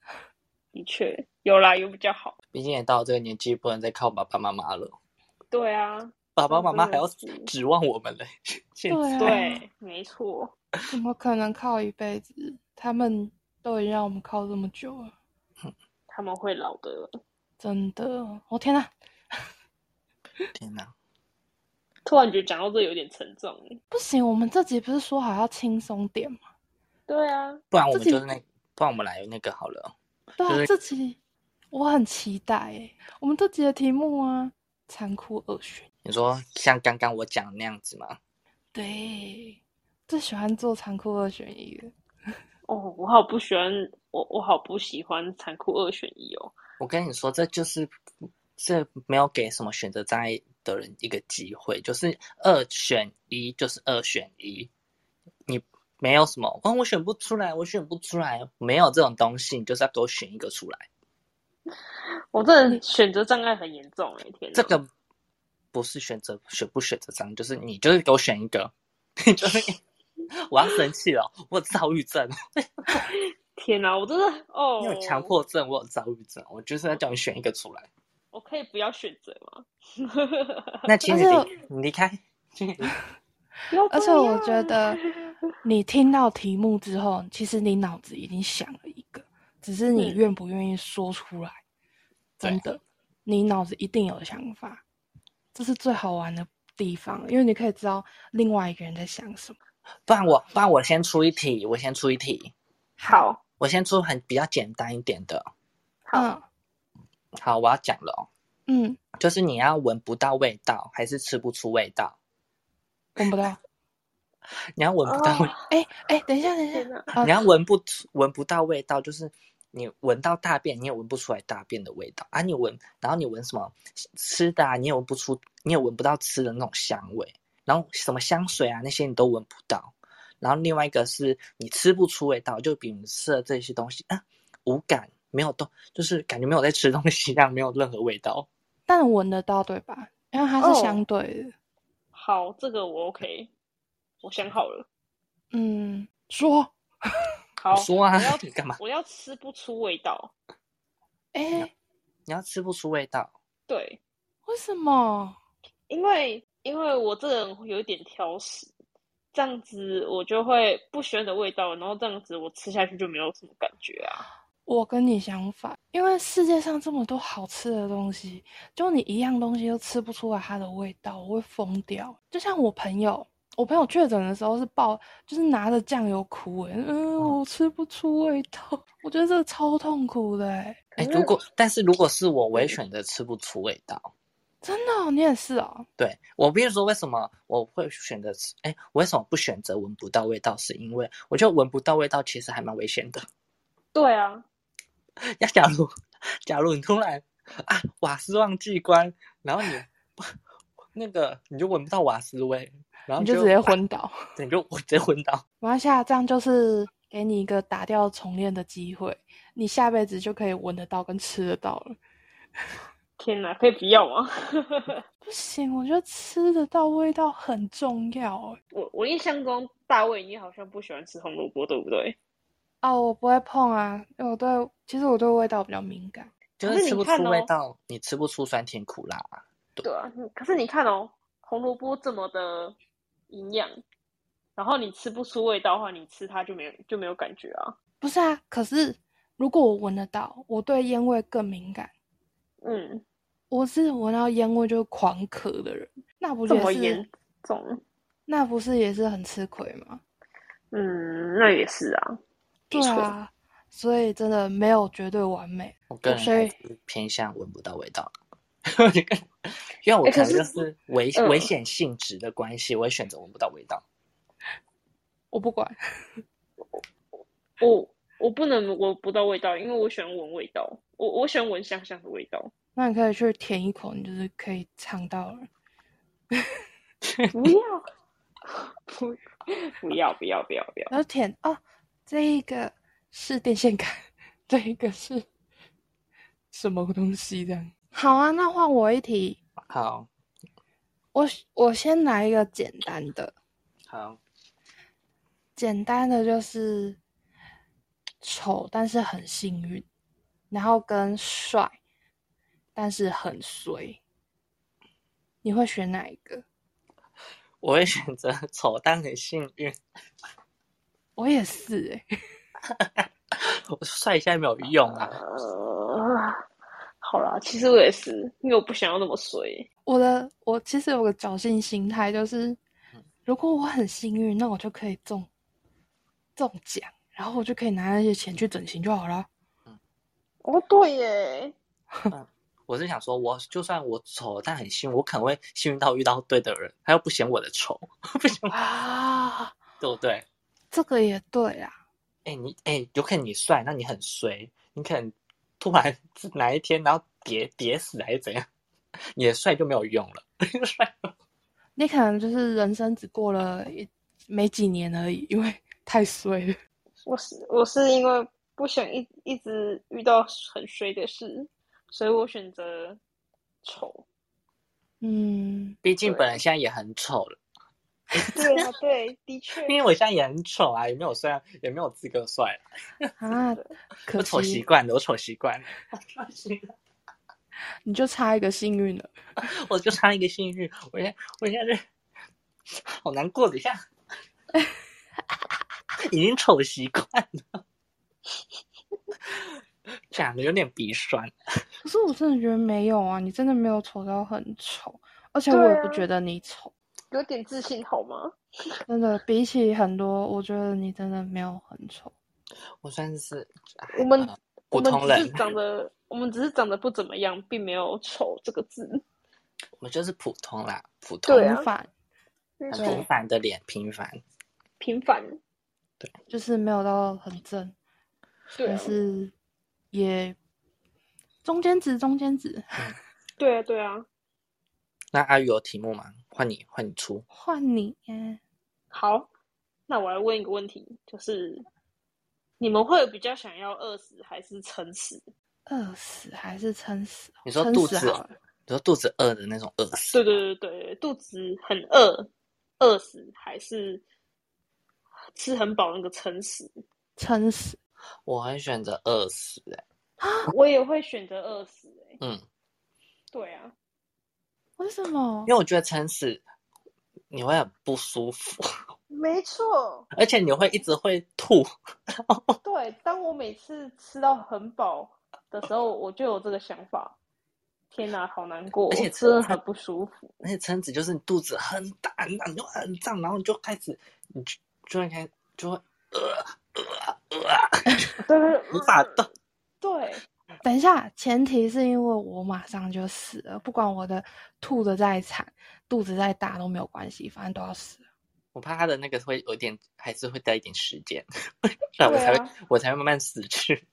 Speaker 2: 的确，有啦，有比较好。
Speaker 1: 毕竟也到这个年纪，不能再靠爸爸妈妈了，
Speaker 2: 对啊，
Speaker 1: 爸爸妈妈还要
Speaker 2: 真的是
Speaker 1: 指望我们嘞。 (laughs) 现
Speaker 3: 对
Speaker 1: 在
Speaker 3: 啊
Speaker 2: 对，没错。
Speaker 3: 怎么可能靠一辈子？他们都已经让我们靠这么久了，
Speaker 2: 他们会老的，
Speaker 3: 真的。我、天哪，
Speaker 1: 天哪，
Speaker 2: 突然觉得讲到这有点沉重。
Speaker 3: 不行，我们这集不是说好要轻松点吗？
Speaker 2: 对啊，
Speaker 1: 不然我们
Speaker 3: 自己
Speaker 1: 就是那，不然我们来那个好了。
Speaker 3: 对
Speaker 1: 就
Speaker 3: 啊，
Speaker 1: 是
Speaker 3: 这集我很期待诶。我们这集的题目啊，残酷恶训。
Speaker 1: 你说像刚刚我讲的那样子吗？
Speaker 3: 对，最喜欢做残酷二选一了。
Speaker 2: 哦，我好不喜欢，我我好不喜欢残酷二选一哦。
Speaker 1: 我跟你说，这就是这没有给什么选择障碍的人一个机会，就是二选一，就是二选一。你没有什么，哦，我选不出来，我选不出来，没有这种东西，你就是要给我选一个出来。
Speaker 2: 我真的选择障碍很严重哎，天哪！
Speaker 1: 这个不是选择选不选择障碍，就是你就是给我选一个， (laughs) 你就是我要生气了，我有躁郁症，
Speaker 2: 天哪，我真的哦，
Speaker 1: 你有强，迫症，我有躁郁症，我就是要叫你选一个出来。
Speaker 2: 我可以不要选择
Speaker 1: (laughs)
Speaker 2: 吗？
Speaker 1: 那请你
Speaker 3: 而且
Speaker 1: 离，你离开。请你离开
Speaker 2: 不要这
Speaker 3: 而且我
Speaker 2: 样
Speaker 3: 觉 (laughs) 得，你听到题目之后，其实你脑子已经想了一个，只是你
Speaker 2: 嗯
Speaker 3: 愿不愿意说出来。真的，你脑子一定有想法，这是最好玩的地方，因为你可以知道另外一个人在想什么。
Speaker 1: 不然我，不然我先出一题，我先出一题，
Speaker 2: 好
Speaker 1: 我先出很比较简单一点的。
Speaker 2: 好，
Speaker 1: 好，我要讲了哦，
Speaker 3: 嗯嗯，
Speaker 1: 就是你要闻不到味道，还是吃不出味道？
Speaker 3: 闻不 (laughs) 到。
Speaker 1: 你要闻不到味，
Speaker 2: 哦
Speaker 3: 哎哎，等一下，等一
Speaker 2: 天
Speaker 3: 下，
Speaker 2: 哪，
Speaker 3: 啊
Speaker 1: 你要闻不出闻不到味道，就是你闻到大便，你也闻不出来大便的味道啊。你闻，然后你闻什么吃的啊，你也闻不出，你也闻不到吃的那种香味，然后什么香水啊那些你都闻不到。然后另外一个是你吃不出味道，就比如吃了这些东西啊，无感，没有动，就是感觉没有在吃东西一样，没有任何味道。
Speaker 3: 但闻得到对吧？因为它是
Speaker 2: 哦
Speaker 3: 相对的。
Speaker 2: 好，这个我 OK，我想好了，
Speaker 3: 嗯，说
Speaker 2: 好，
Speaker 1: 你说啊
Speaker 2: 我要，
Speaker 1: 你干嘛？
Speaker 2: 我要吃不出味道。
Speaker 3: 哎、
Speaker 1: 你要吃不出味道，
Speaker 2: 对，
Speaker 3: 为什么？
Speaker 2: 因为因为我这个人有一点挑食，这样子我就会不喜欢的味道，然后这样子我吃下去就没有什么感觉啊。
Speaker 3: 我跟你相反，因为世界上这么多好吃的东西，就你一样东西都吃不出来它的味道，我会疯掉。就像我朋友，我朋友确诊的时候是抱，就是拿着酱油哭、欸，嗯，我吃不出味道，我觉得这个超痛苦的、欸，
Speaker 1: 哎，
Speaker 2: 可是
Speaker 1: 如果但是如果是我，我也选择吃不出味道。
Speaker 3: 真的哦、你也是哦，
Speaker 1: 对我，比如说为什么我会选择吃？哎，我为什么不选择闻不到味道？是因为我觉得闻不到味道其实还蛮危险的。 (laughs)
Speaker 2: 对啊，
Speaker 1: 要假如假如你突然啊瓦斯忘记关，然后你那个你就闻不到瓦斯味，然后
Speaker 3: 你就直接
Speaker 1: 啊
Speaker 3: 昏倒。
Speaker 1: 对，你就我直接昏倒。
Speaker 3: 没关系啊，这样就是给你一个打掉重练的机会，你下辈子就可以闻得到跟吃得到了。
Speaker 2: 天哪，可以不要吗？
Speaker 3: 不行，我觉得吃得到味道很重要欸。
Speaker 2: 我我印象中大卫，你好像不喜欢吃红萝卜，对不对？
Speaker 3: 哦，我不会碰啊，因为我对其实我对味道比较敏感。
Speaker 1: 就
Speaker 2: 可是
Speaker 1: 吃
Speaker 2: 你
Speaker 1: 不出
Speaker 2: 看
Speaker 1: 味
Speaker 2: 哦
Speaker 1: 道，你吃不出酸甜苦辣啊、
Speaker 2: 对啊，你可是你看哦，红萝卜这么的营养，然后你吃不出味道的话，你吃它就没有就没有感觉啊。
Speaker 3: 不是啊，可是如果我闻得到，我对烟味更敏感。
Speaker 2: 嗯，
Speaker 3: 我是闻到烟味就狂咳的人，那不
Speaker 2: 这
Speaker 3: 就
Speaker 2: 么
Speaker 3: 是
Speaker 2: 严重？
Speaker 3: 那不是也是很吃亏吗？
Speaker 2: 嗯，那也是啊。
Speaker 3: 对
Speaker 2: 没错
Speaker 3: 啊，所以真的没有绝对完美。
Speaker 1: 我个人
Speaker 3: 所
Speaker 1: 还
Speaker 3: 以
Speaker 1: 是偏向闻不到味道了， (laughs) 因为我
Speaker 2: 欸
Speaker 1: 可
Speaker 2: 可
Speaker 1: 能就是是危
Speaker 3: 呃
Speaker 2: 嗯
Speaker 1: 危险性质的关系，我会选择闻不到味道。
Speaker 3: 我不管，
Speaker 2: 我我不能闻不到味道，因为我喜欢闻味道，我我喜欢闻香香的味道。
Speaker 3: 那你可以去舔一口，你就是可以尝到了。
Speaker 2: 不要， (laughs) 不不要不要不要不要，
Speaker 3: 然后舔哦，这一个是电线杆，这一个是什么东西？这样好啊，那换我一题，
Speaker 1: 好
Speaker 3: 我我先来一个简单的，
Speaker 1: 好，
Speaker 3: 简单的就是丑但是很幸运，然后跟帅但是很衰，你会选哪一个？
Speaker 1: 我会选择 (laughs) 丑但很幸运，
Speaker 3: 我也是欸诶、
Speaker 1: 我帅一下也没有用啊。
Speaker 2: 呃，好啦，其实我也是，因为我不想要那么衰。
Speaker 3: 我的我其实有个侥幸心态，就是如果我很幸运，那我就可以中中奖，然后我就可以拿那些钱去整形就好了。
Speaker 2: 哦，对耶，
Speaker 1: 我是想说，我就算我丑但很幸运，我可能会幸运到遇到对的人，他又不嫌我的丑，不嫌我
Speaker 3: 啊，
Speaker 1: 对不对？
Speaker 3: 这个也对啊啦，
Speaker 1: 哎、你哎、有可能你帅，那你很衰，你可能突然 (laughs) 哪一天然后跌跌死还是怎样，你的帅就没有用了， (laughs) 帅
Speaker 3: 你可能就是人生只过了一没几年而已，因为太衰了。
Speaker 2: 我是我是因为不想一一直遇到很衰的事，所以我选择丑。
Speaker 3: 嗯，
Speaker 1: 毕竟
Speaker 2: 对
Speaker 1: 本人现在也很丑了，
Speaker 2: 对啊，对，的
Speaker 3: (laughs)
Speaker 2: 确
Speaker 1: 因为我现在也很丑啊，也没有帅啊，也没有资格帅啊，
Speaker 3: (laughs) 啊，
Speaker 1: 我
Speaker 3: 可
Speaker 1: 丑习
Speaker 3: 惜
Speaker 1: 惯了，我丑习惯了， (laughs) 我丑习惯
Speaker 3: 你就差一个幸运了。
Speaker 1: 了我就差一个幸运，我现在我现在是好难过，等一下，已经丑习惯了，讲的有点鼻酸。
Speaker 3: 可是我真的觉得没有啊，你真的没有丑到很丑，而且我也
Speaker 2: 对啊
Speaker 3: 不觉得你丑。
Speaker 2: 有点自信好吗？
Speaker 3: 真的，比起很多，我觉得你真的没有很丑。
Speaker 1: 我算是哎
Speaker 2: 我们
Speaker 3: 啊
Speaker 1: 呃
Speaker 2: 我
Speaker 1: 普
Speaker 2: 们
Speaker 1: 通
Speaker 2: 只
Speaker 1: 人
Speaker 2: 是，长得，我们只是长得不怎么样，并没有“丑”这个字。
Speaker 3: 啊
Speaker 1: 我们就是普通啦，普通，
Speaker 2: 对啊啊
Speaker 3: 平凡
Speaker 2: 那
Speaker 1: 很
Speaker 3: 对
Speaker 1: 平凡的脸，平凡。
Speaker 2: 平凡，
Speaker 3: 就是没有到很正，
Speaker 2: 对
Speaker 3: 但
Speaker 2: 啊，
Speaker 3: 是也中间值，中间值。
Speaker 2: 对啊，对啊。
Speaker 1: 那阿宇有题目吗？换你，换你出。
Speaker 3: 换你，嗯
Speaker 2: 好，那我来问一个问题，就是你们会比较想要饿死还是撑死？
Speaker 3: 饿死还是撑死？
Speaker 1: 你说
Speaker 3: 撑
Speaker 1: 肚
Speaker 3: 死
Speaker 1: 子
Speaker 3: 好了，
Speaker 1: 你说肚子饿的那种饿死，
Speaker 2: 对对对对，肚子很饿，饿死还是吃很饱那个撑死？
Speaker 3: 撑死。
Speaker 1: 我会选择饿死、欸。
Speaker 2: 我也会选择饿死、欸。
Speaker 1: 嗯，
Speaker 2: 对啊，
Speaker 3: 为什么
Speaker 1: 因？为我觉得撑死你会很不舒服， (laughs)
Speaker 2: 没错，
Speaker 1: 而且你会一直会吐。
Speaker 2: 对。当我每次吃到很饱的时候，我就有这个想法。天哪，好难过，
Speaker 1: 而且
Speaker 2: 真的很不舒服。
Speaker 1: 而且撑死就是你肚子很大很大，你就很胀，然后你就开始，你就就会开就会
Speaker 2: 对对对，
Speaker 1: 无法动。
Speaker 2: 对，
Speaker 3: 等一下，前提是因为我马上就死了，不管我的吐的再惨，肚子再大都没有关系，反正都要死了。
Speaker 1: 我怕他的那个会有点，还是会待一点时间，然后我
Speaker 2: 对
Speaker 1: 才会、
Speaker 2: 啊
Speaker 1: 我才会慢慢死去。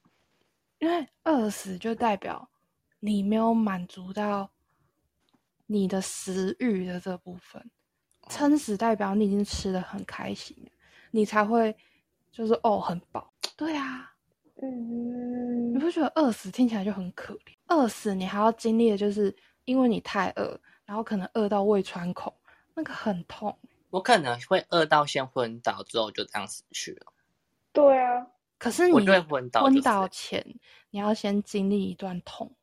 Speaker 3: 因为饿死就代表你没有满足到你的食欲的这部分，撑死代表你已经吃的很开心了，你才会就是哦很饱。对啊，
Speaker 2: 嗯
Speaker 3: 你，不觉得饿死听起来就很可怜？饿死你还要经历的就是因为你太饿，然后可能饿到胃穿孔，那个很痛。
Speaker 1: 我可能会饿到先昏倒，之后就这样死去了。
Speaker 2: 对啊，
Speaker 3: 可是你
Speaker 1: 我就会昏倒就
Speaker 3: 昏
Speaker 1: 是
Speaker 3: 倒前，你要先经历一段痛，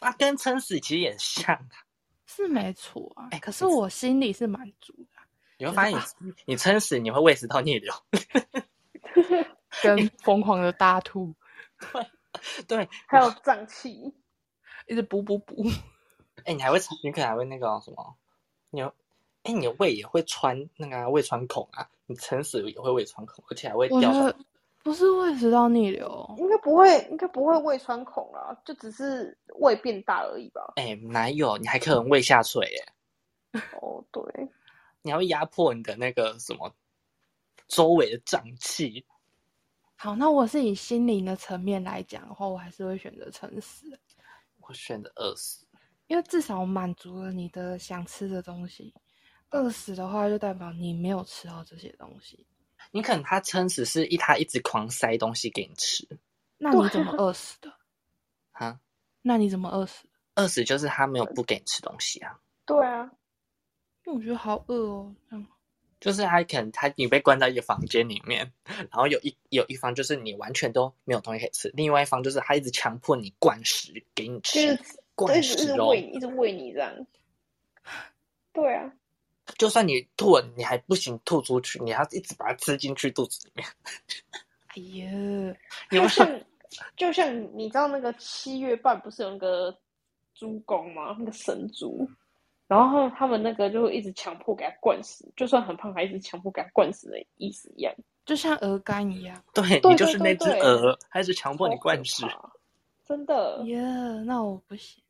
Speaker 1: 啊，跟撑死其实也像啊。
Speaker 3: 是没错啊。
Speaker 1: 哎
Speaker 3: 可是
Speaker 1: 可是
Speaker 3: 我心里是满足的啊、
Speaker 1: 你会发现你，你撑死你会胃食道逆流。哎
Speaker 3: 跟疯狂的大吐，
Speaker 1: 对，
Speaker 2: 还有胀气，
Speaker 3: 一直补补补。
Speaker 1: 哎、你还会撑，你可能还会那个什么，你会，哎、你的胃也会穿那个啊、胃穿孔啊，你撑死也会胃穿孔，而且还会
Speaker 3: 我
Speaker 1: 掉
Speaker 3: 觉
Speaker 1: 下来
Speaker 3: 得。不是胃食道逆流，
Speaker 2: 应该不会，应该不会胃穿孔啦，就只是胃变大而已吧。
Speaker 1: 哎、哪有？你还可能胃下垂耶、
Speaker 2: 哦，对，
Speaker 1: 你还会压迫你的那个什么周围的胀气。
Speaker 3: 好，那我是以心灵的层面来讲的话，我还是会选择撑死，
Speaker 1: 我选择饿死。
Speaker 3: 因为至少满足了你的想吃的东西。饿死的话，就代表你没有吃到这些东西，
Speaker 1: 你可能他撑死是一他一直狂塞东西给你吃
Speaker 3: 那你怎么饿死的？
Speaker 1: 啊，
Speaker 3: 那你怎么饿死的？
Speaker 1: 饿死就是他没有不给你吃东西啊，
Speaker 2: 对啊，
Speaker 3: 因为我觉得好饿哦，这样
Speaker 1: 就是他可能他你被关在一个房间里面，然后有一有一方就是你完全都没有东西可以吃，另外一方就是他一直强迫你灌食给你
Speaker 2: 就
Speaker 1: 吃
Speaker 2: 是，
Speaker 1: 灌
Speaker 2: 一直一
Speaker 1: 食
Speaker 2: 直
Speaker 1: 哦
Speaker 2: 喂，你，一直喂你这样。对啊，
Speaker 1: 就算你吐了你还不行吐出去，你还要一直把它吃进去肚子里面，
Speaker 3: 哎呀，
Speaker 1: 有
Speaker 2: 就像就像你知道那个七月半不是有那个猪公吗？那个神猪，然后他们那个就一直强迫给他灌死，就算很胖还一直强迫给他灌死的意思一样，
Speaker 3: 就像鹅肝一样。
Speaker 1: 对
Speaker 2: 对
Speaker 1: 你就是
Speaker 2: 对
Speaker 1: 那只
Speaker 2: 对
Speaker 1: 鹅，他一直强迫你
Speaker 2: 好可
Speaker 1: 灌食，
Speaker 2: 怕，真的。
Speaker 3: 耶、那我不行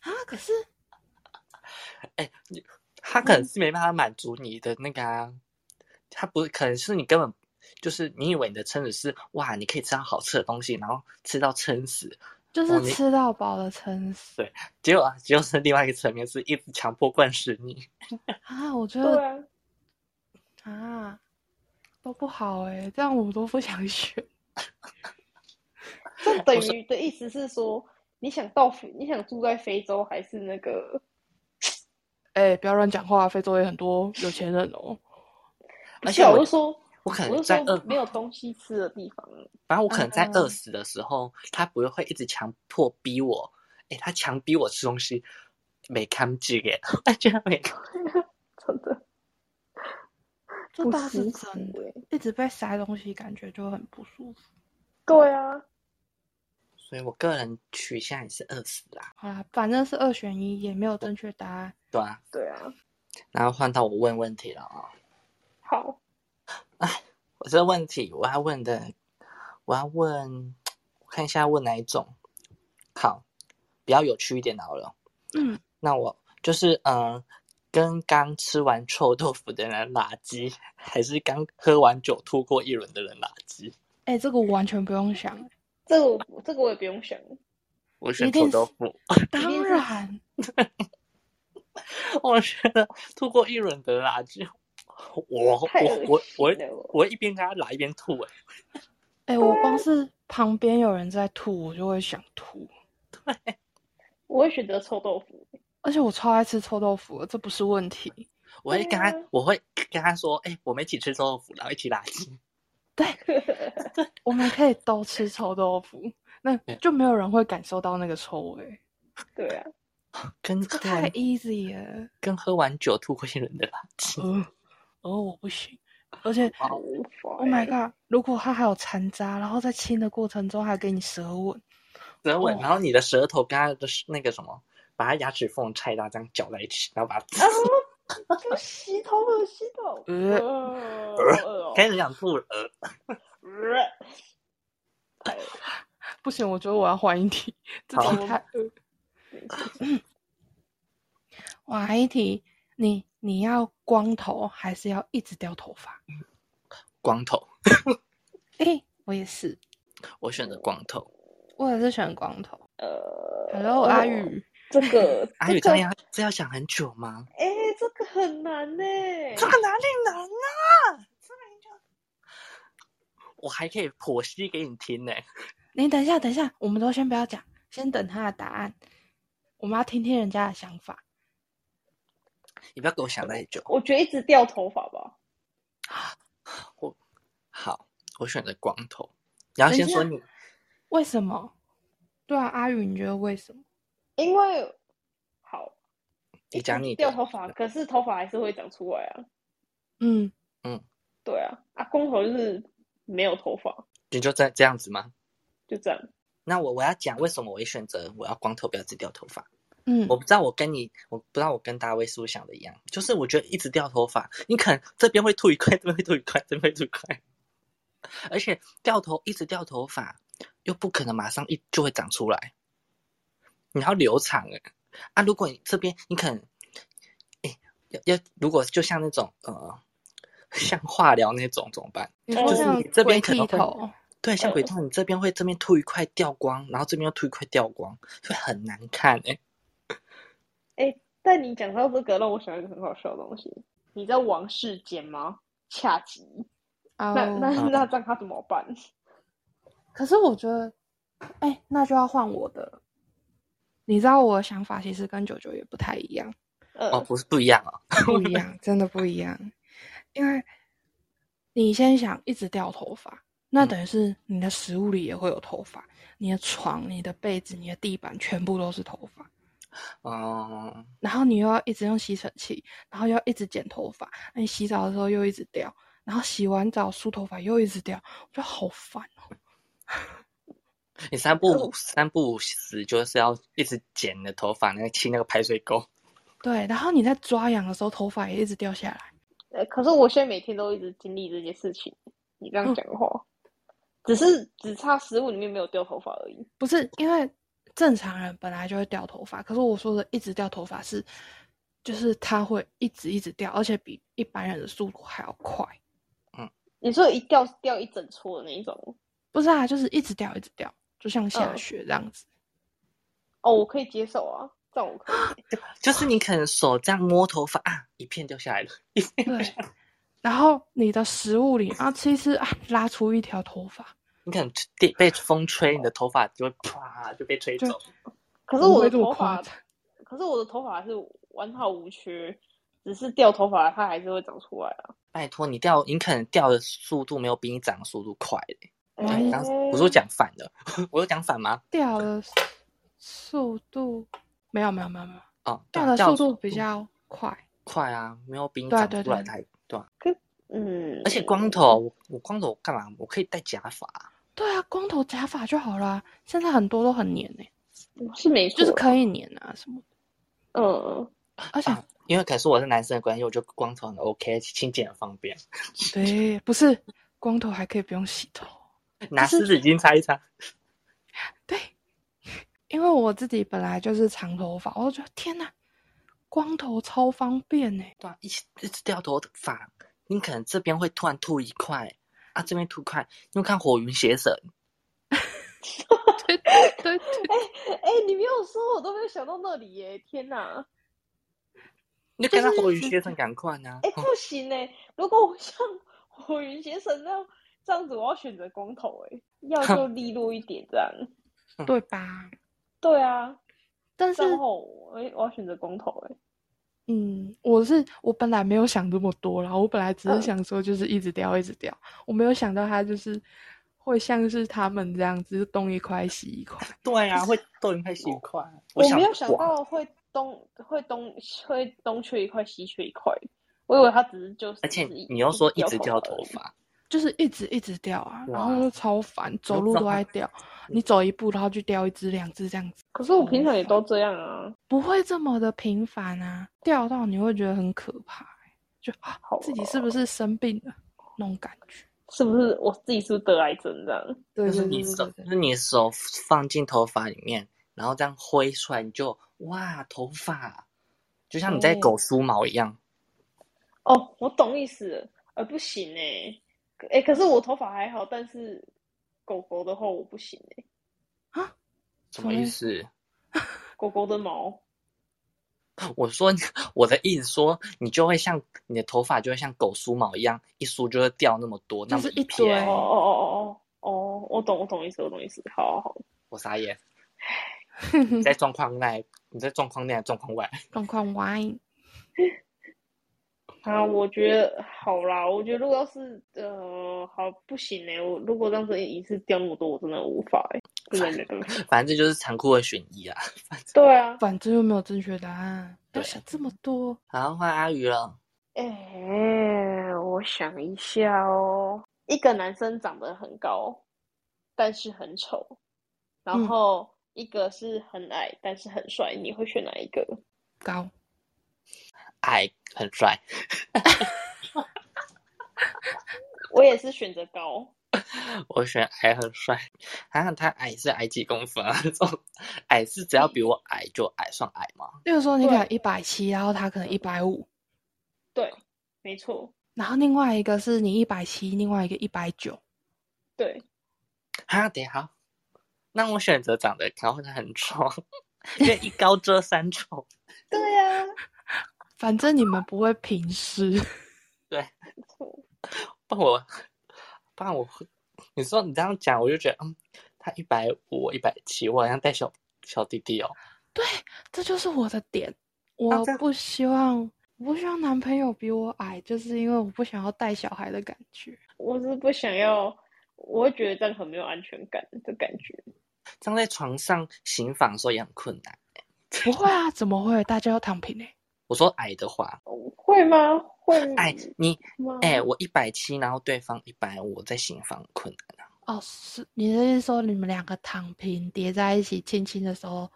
Speaker 3: 啊！可是
Speaker 1: 哎、你他可能是没办法满足你的那个啊，他不可能是你根本就是你以为你的撑死是哇，你可以吃到好吃的东西，然后吃到撑死，
Speaker 3: 就
Speaker 1: 哦
Speaker 3: 是
Speaker 1: 你
Speaker 3: 吃到饱的撑死。
Speaker 1: 结果啊结果是另外一个层面，是一直强迫灌食你。
Speaker 3: 啊，我觉
Speaker 2: 对
Speaker 3: 得
Speaker 2: 啊，
Speaker 3: 啊都不好哎、这样我都不想选。
Speaker 2: 这等于的意思是说，你想到非你想住在非洲还是那个？
Speaker 3: 哎、不要乱讲话，非洲也很多有钱人哦。
Speaker 1: 而
Speaker 2: 不
Speaker 1: 且
Speaker 2: 是啊
Speaker 1: 我
Speaker 2: 我就说，
Speaker 1: 我可
Speaker 2: 我
Speaker 1: 能
Speaker 2: 就
Speaker 1: 在
Speaker 2: 说
Speaker 1: 饿，
Speaker 2: 没有东西吃的地方，
Speaker 1: 反正我可能在饿
Speaker 3: 嗯
Speaker 1: 死的时候，他不会一直强迫逼我，哎、他强逼我吃东西，没看这 (laughs) 个，我觉得没看。
Speaker 2: 真的
Speaker 3: (laughs) 这
Speaker 2: 不
Speaker 3: 倒
Speaker 2: 舒
Speaker 3: 是
Speaker 2: 服
Speaker 3: 真的，
Speaker 2: 欸
Speaker 3: 一直被塞东西，感觉就很不舒服。
Speaker 2: 对啊，
Speaker 1: 所以我个人取向也是饿死啦，
Speaker 3: 好啦，反正是二选一，也没有正确答案。
Speaker 1: 对啊。
Speaker 2: 对啊。
Speaker 1: 然后换到我问问题了啊、
Speaker 2: 好，
Speaker 1: 我这个问题我要问的，我要问，我看一下问哪一种。好，比较有趣一点好了。
Speaker 3: 嗯，
Speaker 1: 那我就是嗯、呃跟刚吃完臭豆腐的人垃圾，还是刚喝完酒吐过一轮的人垃圾？
Speaker 3: 哎、这个我完全不用想，
Speaker 2: 这个我这个我也不用想，
Speaker 1: 我
Speaker 3: 一
Speaker 1: 选
Speaker 3: 定
Speaker 1: 臭
Speaker 3: 是
Speaker 1: 豆腐，
Speaker 2: 定
Speaker 3: 当
Speaker 2: 是
Speaker 3: 然
Speaker 1: (laughs) 我觉得吐过一轮的垃圾，我我
Speaker 2: 太恶心
Speaker 1: 我我会
Speaker 2: 了哦
Speaker 1: 我会一边跟他来一边吐、欸，
Speaker 3: 哎、我光是旁边有人在吐，我就会想吐。
Speaker 2: 我会选择臭豆腐。
Speaker 3: 而且我超爱吃臭豆腐的，这不是问题。
Speaker 1: 我会跟他
Speaker 2: 对啊
Speaker 1: 我会跟他说，哎、我们一起吃臭豆腐，然后一起垃圾。
Speaker 3: 对，我们可以都吃臭豆腐，那就没有人会感受到那个臭味，
Speaker 2: 对啊，
Speaker 1: 跟
Speaker 3: 这
Speaker 1: 喝
Speaker 3: 太
Speaker 1: 完
Speaker 3: easy 了。
Speaker 1: 跟喝完酒吐归人的垃圾。
Speaker 3: 呃，哦，我不行，而且
Speaker 2: 好无法欸。
Speaker 3: Oh my god！如果它还有残渣，然后在亲的过程中还给你舌吻，
Speaker 1: 舌吻，
Speaker 3: 哦
Speaker 1: 然后你的舌头跟他的那个什么，把他牙齿缝拆大，这样搅在一起，然后把它、
Speaker 2: 啊！不洗头，不洗头。
Speaker 3: 呃
Speaker 2: 呃
Speaker 1: 开始想吐了。呃
Speaker 2: 呃哎
Speaker 3: 不行，我觉得我要换一题， (laughs) 这
Speaker 1: 好
Speaker 3: 题太恶。哇，一题，你你要光头还是要一直掉头发？
Speaker 1: 光头，
Speaker 3: 诶、我也是，
Speaker 1: 我选择光头。
Speaker 3: 我也是选光头。
Speaker 2: 呃
Speaker 3: Hello，阿，宇，
Speaker 2: 这个
Speaker 1: 阿
Speaker 2: 这
Speaker 1: 宇，这
Speaker 2: 个
Speaker 1: 样要这要想很久吗？
Speaker 2: 哎，这个很难欸呢。
Speaker 1: 哪里难啊？ (laughs) 我还可以剖析给你听呢、
Speaker 3: 你哎等一下，等一下，我们都先不要讲，先等他的答案，我们要听听人家的想法。
Speaker 1: 你不要给我想太久。
Speaker 2: 我觉得一直掉头发吧。
Speaker 1: 好，我选择光头。然后先说
Speaker 3: 等一
Speaker 1: 你
Speaker 3: 下，为什么？对啊，阿宇，你觉得为什么？
Speaker 2: 因为好，
Speaker 1: 你讲你的
Speaker 2: 掉头发，可是头发还是会长出来啊。
Speaker 3: 嗯，
Speaker 2: 对啊，啊，光头就是没有头发，
Speaker 1: 你就这这样子吗？
Speaker 2: 就这样。
Speaker 1: 那我我要讲为什么我会选择我要光头，不要只掉头发。
Speaker 3: 嗯
Speaker 1: 我，不知道我跟你，我不知道我跟大卫是不是想的一样，就是我觉得一直掉头发，你可能这边会吐一块，这 (laughs) 边会吐一块，这边会吐一块，而且掉头一直掉头发，又不可能马上一就会长出来，你要留长哎、啊！如果你这边你可能，哎、要要如果就像那种呃，像化疗那种怎么办？
Speaker 3: 你
Speaker 2: 就
Speaker 3: 说
Speaker 2: 是
Speaker 3: 像
Speaker 1: 你这边
Speaker 3: 鬼
Speaker 1: 可能
Speaker 3: 剃
Speaker 1: 会
Speaker 3: 头，
Speaker 1: 对，像
Speaker 2: 嗯
Speaker 1: 鬼头，你这边会这边吐一块掉光，然后这边又吐一块掉光，会很难看哎、
Speaker 2: 但你讲到这个，让我想到一个很好笑的东西。你知道王世坚吗？恰吉，那那
Speaker 1: 啊
Speaker 3: 哦
Speaker 2: 那这样他怎么办？
Speaker 3: 可是我觉得，哎、那就要换我的了。你知道我的想法其实跟九九也不太一样，
Speaker 1: 哦，
Speaker 2: 呃，
Speaker 1: 不是不一样哦。
Speaker 3: (laughs) 不一样，真的不一样。因为你先想一直掉头发，那
Speaker 1: 嗯
Speaker 3: 等于是你的食物里也会有头发，你的床、你的被子、你的地板全部都是头发，
Speaker 1: 哦，
Speaker 3: 然后你又要一直用吸尘器，然后又要一直剪头发，那你洗澡的时候又一直掉，然后洗完澡梳头发又一直掉，我觉得好烦哦。
Speaker 1: 你三不五三不五时就是要一直剪你的头发，那个清那个排水沟。
Speaker 3: 对，然后你在抓痒的时候，头发也一直掉下来。
Speaker 2: 呃，可是我现在每天都一直经历这件事情。你这样讲的话，只是只差食物里面没有掉头发而已。
Speaker 3: 不是因为正常人本来就会掉头发，可是我说的一直掉头发是，就是它会一直一直掉，而且比一般人的速度还要快。
Speaker 2: 你说一掉掉一整撮的那一种，
Speaker 3: 不是啊，就是一直掉，一直掉，就像下
Speaker 2: 嗯
Speaker 3: 雪这样 (laughs) 子。
Speaker 2: 哦，我可以接受啊，这样我可以。
Speaker 1: 就是你可能手这样摸头发啊，一片掉下来了。
Speaker 3: 对，然后你的食物里啊，吃一吃啊，拉出一条头发，
Speaker 1: 你可能被被风吹，你的头发就会啪就被吹走。
Speaker 2: 可是我
Speaker 3: 不会
Speaker 2: 的
Speaker 3: 这么
Speaker 2: 头
Speaker 3: 夸
Speaker 2: 发
Speaker 3: 张，
Speaker 2: 可是我的头发还是完好无缺，只是掉头发它还是会长出来啊。
Speaker 1: 拜托你掉，你可能掉的速度没有比你长的速度快的。
Speaker 3: 哎
Speaker 1: 讲讲我说讲反的，我有讲反吗？
Speaker 3: 掉的速度没有没有没有没有，
Speaker 1: 哦，对
Speaker 3: 掉
Speaker 1: 啊
Speaker 3: 的速度比较快。
Speaker 1: 快啊，没有比你
Speaker 3: 对啊
Speaker 1: 长
Speaker 3: 对
Speaker 1: 出来
Speaker 3: 对
Speaker 1: 的还对啊。
Speaker 2: 嗯，
Speaker 1: 而且光头，啊我我光头我干嘛？我可以戴假发啊。
Speaker 3: 对啊，光头假发就好啦。现在很多都很黏呢、
Speaker 2: 是没错，
Speaker 3: 就是可以黏啊什么的，
Speaker 2: 嗯，
Speaker 3: 而且
Speaker 1: 啊因为可能是我是男生的关系，我就光头很 OK，清洁很方便，
Speaker 3: 对，不是光头还可以不用洗头。
Speaker 1: 拿湿纸巾擦一擦。
Speaker 3: 对， (laughs) 因为我自己本来就是长头发，我就觉得天哪，光头超方便
Speaker 2: (laughs)
Speaker 3: 呢、
Speaker 1: 对啊，一起一直掉头发，你可能这边会突然吐一块，啊这边吐一块，因为看火云邪神，
Speaker 3: 对对对对，
Speaker 2: 哎、你没有说，我都没有想到那里耶！天哪，
Speaker 1: 你就看到火云邪神赶快呢
Speaker 2: 哎、。不行呢。如果我像 (laughs) 火云先生那样这样子，我要选择光头哎，要就利落一点这样。
Speaker 3: 对吧？
Speaker 2: 对啊，
Speaker 3: 但是
Speaker 2: 然后我我要选择光头哎，
Speaker 3: 嗯，我是我本来没有想这么多啦，我本来只是
Speaker 2: 嗯
Speaker 3: 想说就是一直掉一直掉，我没有想到它就是会像是他们这样子东一块西一块。
Speaker 1: 对啊，会豆一块西一块。
Speaker 2: 我没有
Speaker 1: 不
Speaker 2: 想
Speaker 1: 过啊，
Speaker 2: 到会东会东会东缺一块西缺一块，我以为它只是就是，
Speaker 1: 而且
Speaker 2: 只是
Speaker 1: 你又说一直掉
Speaker 2: 头
Speaker 1: 头
Speaker 2: 发
Speaker 1: 发，
Speaker 3: 就是一直一直掉啊，然后
Speaker 1: 哇
Speaker 3: 就超烦，走路都爱掉。你走一步，然后就掉一只、两只这样子，
Speaker 2: 嗯可是我平常也都这样啊，
Speaker 3: 不会这么的频繁啊，掉到你会觉得很可怕、就啊
Speaker 2: 好
Speaker 3: 自己是不是生病了那种感觉。
Speaker 2: 是不是我自己是不是得癌症这样？
Speaker 3: 对
Speaker 1: 就是
Speaker 3: 对对
Speaker 1: 你
Speaker 3: 对
Speaker 1: 手，
Speaker 3: 对
Speaker 1: 就
Speaker 3: 对，
Speaker 1: 是你手放进头发里面，然后这样挥出来，你就哇，头发就像你在
Speaker 3: 哦
Speaker 1: 狗梳毛一样。
Speaker 2: 哦，我懂意思了，呃，不行哎、可哎、可是我头发还好，但是狗狗的话我不行哎、
Speaker 1: 什么意思？
Speaker 2: 狗狗的毛，
Speaker 1: 我说我的意思说，你就会像你的头发就会像狗梳毛一样，一梳就会掉那么多，那
Speaker 3: 就
Speaker 1: 么
Speaker 3: 是
Speaker 1: 一
Speaker 3: 一堆
Speaker 2: 哦
Speaker 1: 片。
Speaker 2: 哦哦哦哦哦，我懂我懂意思，我懂意思，好好好，
Speaker 1: 我傻
Speaker 3: (laughs)
Speaker 1: 眼，你在状况内，你在状况内，状况外。
Speaker 3: 状况 why？
Speaker 2: 啊，我觉得好啦，我觉得如果要是呃，好不行哎、我如果当时一次掉那么多，我真的无法哎、 (laughs) 真的没办法。
Speaker 1: 反正这就是残酷的选一啊。
Speaker 2: 对啊，
Speaker 3: 反正又没有正确答案，不要
Speaker 1: 对啊
Speaker 3: 想这么多。
Speaker 1: 好，换阿鱼了。
Speaker 2: 哎、我想一下哦，一个男生长得很高，但是很丑，然
Speaker 3: 嗯
Speaker 2: 后一个是很矮，但是很帅，你会选哪一个？
Speaker 3: 高，
Speaker 1: 矮很帅，
Speaker 2: 我也是选择高，
Speaker 1: 我选矮很帅。想想他矮是矮几公分啊？ (laughs) 这种矮是只要比我矮就矮，算矮吗？
Speaker 3: 例如说你可能
Speaker 2: 对
Speaker 3: 一百七，然后他可能一百五，
Speaker 2: 对，没错，
Speaker 3: 然后另外一个是你一百七，另外一个一百九，
Speaker 2: 对，
Speaker 1: 啊，等一下，那我选择长得高的很丑， (laughs) 因为一高遮三丑。
Speaker 2: 对啊呀、
Speaker 3: 反正你们不会平视。 (laughs)
Speaker 2: 没错。
Speaker 1: (laughs) 不然我，不然我会，你说你这样讲，我就觉得，嗯，他一百五，我一百七，我好像带小小弟弟哦。
Speaker 3: 对，这就是我的点。我
Speaker 1: 这样
Speaker 3: 不希望，我不希望男朋友比我矮，就是因为我不想要带小孩的感觉。
Speaker 2: 我是不想要，我会觉得这样很没有安全感的感觉。
Speaker 1: 这样在床上行房的时候也很困难。
Speaker 3: 不会啊，怎么会？大家要躺平诶、欸
Speaker 1: 我说矮的话，
Speaker 2: 会吗？会
Speaker 1: 哎，你
Speaker 2: 吗？
Speaker 1: 哎、我一百七，然后对方一百五，我在行房很困难啊。
Speaker 3: 哦，是你的意思说你们两个躺平叠在一起亲亲的时候，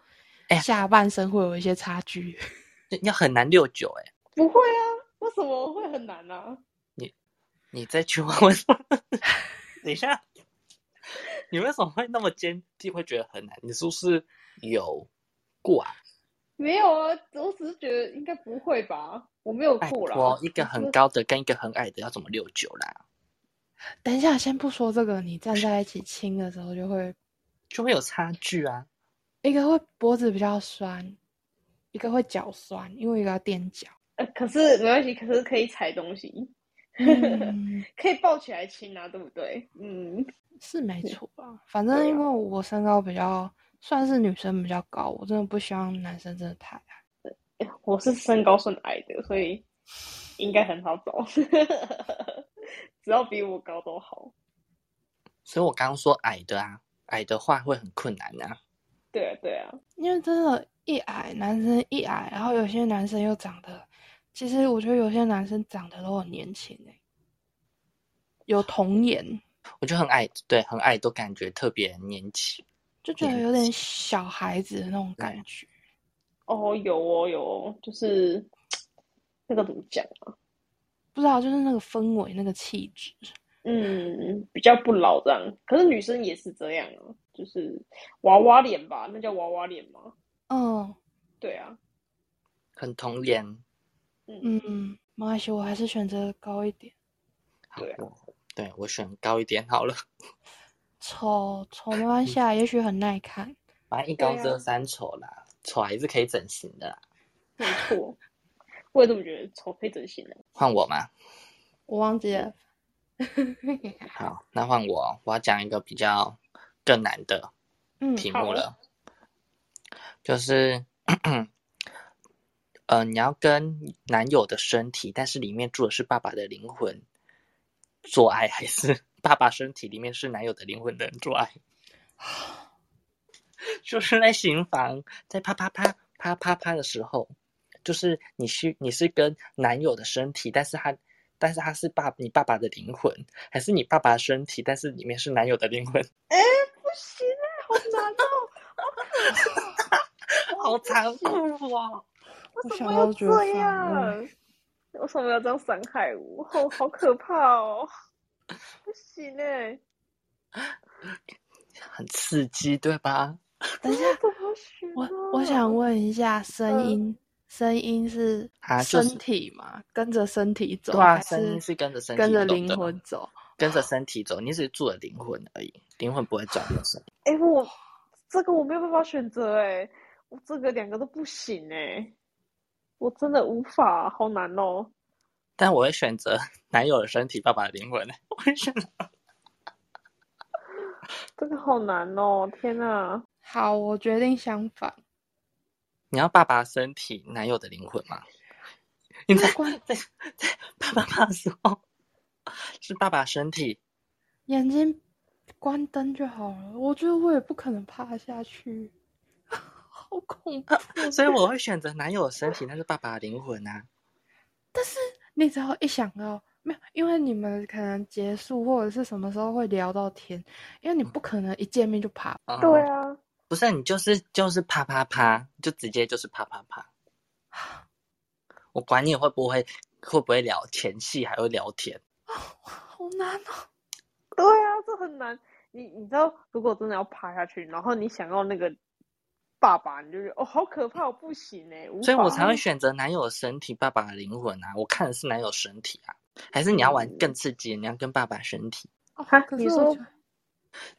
Speaker 1: 哎
Speaker 3: 下半身会有一些差距？ (laughs)
Speaker 1: 这要很难六九哎、
Speaker 2: 不会啊，为什么会很难啊？
Speaker 1: 你再去问问， (laughs) 等一下，你为什么会那么坚定，会觉得很难？你是不是有过啊？
Speaker 2: 没有啊，我只是觉得应该不会吧，我没有
Speaker 1: 拜
Speaker 2: 过啦。
Speaker 1: 托，一个很高的跟一个很矮的要怎么六九啦？
Speaker 3: 等一下，先不说这个，你站在一起亲的时候就会，
Speaker 1: 就会有差距啊。
Speaker 3: 一个会脖子比较酸，一个会脚酸，因为一个要垫 (laughs) 脚。
Speaker 2: 呃，可是没关系，可是可以踩东西，
Speaker 3: 嗯
Speaker 2: 可以抱起来亲啊，对不对？嗯，
Speaker 3: 是没
Speaker 2: 对
Speaker 3: 错吧？反
Speaker 2: 对
Speaker 3: 正因
Speaker 2: 啊
Speaker 3: 为我身高比较算是女生比较高，我真的不希望男生真的太矮。
Speaker 2: 我是身高算矮的，所以应该很好找， (laughs) 只要比我高都好。
Speaker 1: 所以我刚刚说矮的啊，矮的话会很困难啊。
Speaker 2: 对啊，对啊，
Speaker 3: 因为真的，一矮男生一矮，然后有些男生又长得，其实我觉得有些男生长得都很年轻诶、有童颜，
Speaker 1: 我觉得很矮，对，很矮都感觉特别年轻。
Speaker 3: 就觉得
Speaker 1: 年
Speaker 3: 有点
Speaker 1: 纪
Speaker 3: 小孩子的那种感
Speaker 1: 对
Speaker 3: 觉。
Speaker 2: 哦，有哦，有哦，就是那个怎么讲？
Speaker 3: 不知道，就是那个氛围、那个气质。
Speaker 2: 嗯，比较不老这样。可是女生也是这样啊，就是娃娃脸吧，那叫娃娃脸吗？
Speaker 3: 嗯
Speaker 2: 对啊，
Speaker 1: 很童颜。
Speaker 2: 嗯，
Speaker 3: 嗯，没关系，我还是选择高一点。
Speaker 1: 好
Speaker 2: 对啊
Speaker 1: 我对我选高一点好了，
Speaker 3: 丑丑没关系啊，也许很耐看。
Speaker 1: 反正一高
Speaker 2: 对啊
Speaker 1: 遮三丑啦，丑还是可以整形的啦。
Speaker 2: 没错，我也这么觉得，丑配整形的。
Speaker 1: 换我吗？
Speaker 3: 我忘记了。
Speaker 1: 好，那换我，我要讲一个比较更难的
Speaker 3: 嗯，
Speaker 1: 题目了，就是呃，你要跟男友的身体，但是里面住的是爸爸的灵魂，做爱还是爸爸身体里面是男友的灵魂的人做爱？ (laughs) 就是在行房，在啪啪啪啪啪啪的时候，就是你是你是跟男友的身体，但是他但是他是爸你爸爸的灵魂，还是你爸爸的身体，但是里面是男友的灵魂？ (laughs)
Speaker 2: 哎、不行啊，好难哦！
Speaker 1: 好残酷哦！
Speaker 3: 我
Speaker 2: 为什
Speaker 3: 想
Speaker 2: 么
Speaker 3: 到
Speaker 2: 要
Speaker 3: 就觉
Speaker 2: 这
Speaker 3: 得烦 (laughs) 了。
Speaker 2: 样？为什么要这样伤害我？好好可怕哦！不行哎、
Speaker 1: 很刺激，对吧？
Speaker 3: 等一下，
Speaker 2: 不好学、
Speaker 3: 我
Speaker 1: 哦
Speaker 3: 我想，问一下，声
Speaker 2: 嗯
Speaker 3: 音、声音是
Speaker 1: 啊就
Speaker 3: 身
Speaker 1: 是
Speaker 3: 体吗？跟着身体走，
Speaker 1: 对啊，
Speaker 3: 还
Speaker 1: 声音
Speaker 3: 是
Speaker 1: 是跟着身体
Speaker 3: 跟着
Speaker 1: 走
Speaker 3: 灵
Speaker 1: 的
Speaker 3: 魂，走？
Speaker 1: 跟着身体走，你只是住了灵魂而已，灵魂不会转的声音。
Speaker 2: 哎、我这个我没有办法选择哎、我这个两个都不行哎、我真的无法，好难哦。
Speaker 1: 但我会选择 (laughs) 男友的身体，爸爸的灵魂。 (laughs) 我会选择
Speaker 2: 这个好难哦！天哪，
Speaker 3: 好，我决定相反。
Speaker 1: 你要爸爸的身体，男友的灵魂吗？你在
Speaker 3: 关
Speaker 1: 在在爸爸爸的时候， (laughs) 是爸爸身体，
Speaker 3: 眼睛关灯就好了。我觉得我也不可能趴下去， (laughs) 好恐怖。
Speaker 1: 啊所以我会选择男友的身体，那是爸爸的灵魂啊。
Speaker 3: 但是你只要一想到没有，因为你们可能结束或者是什么时候会聊到天，因为你不可能一见面就爬。
Speaker 1: 嗯
Speaker 2: 对，啊，
Speaker 1: 不是你就是就是啪啪啪，就直接就是啪啪啪。 (sighs) 我管你会不会会不会聊前戏，还会聊天。
Speaker 3: 好难哦。
Speaker 2: 对啊，这很难。你你知道，如果真的要趴下去，然后你想要那个爸爸，你就觉得哦，好可怕，我不行哎、无
Speaker 1: 所以我
Speaker 2: 法
Speaker 1: 才会选择男友的身体，爸爸的灵魂啊！我看的是男友身体啊，还是你要玩更刺激的？你要跟爸爸身体，
Speaker 3: 哦
Speaker 2: 哈
Speaker 3: 可
Speaker 2: 你
Speaker 3: 是我
Speaker 2: 说
Speaker 3: 觉得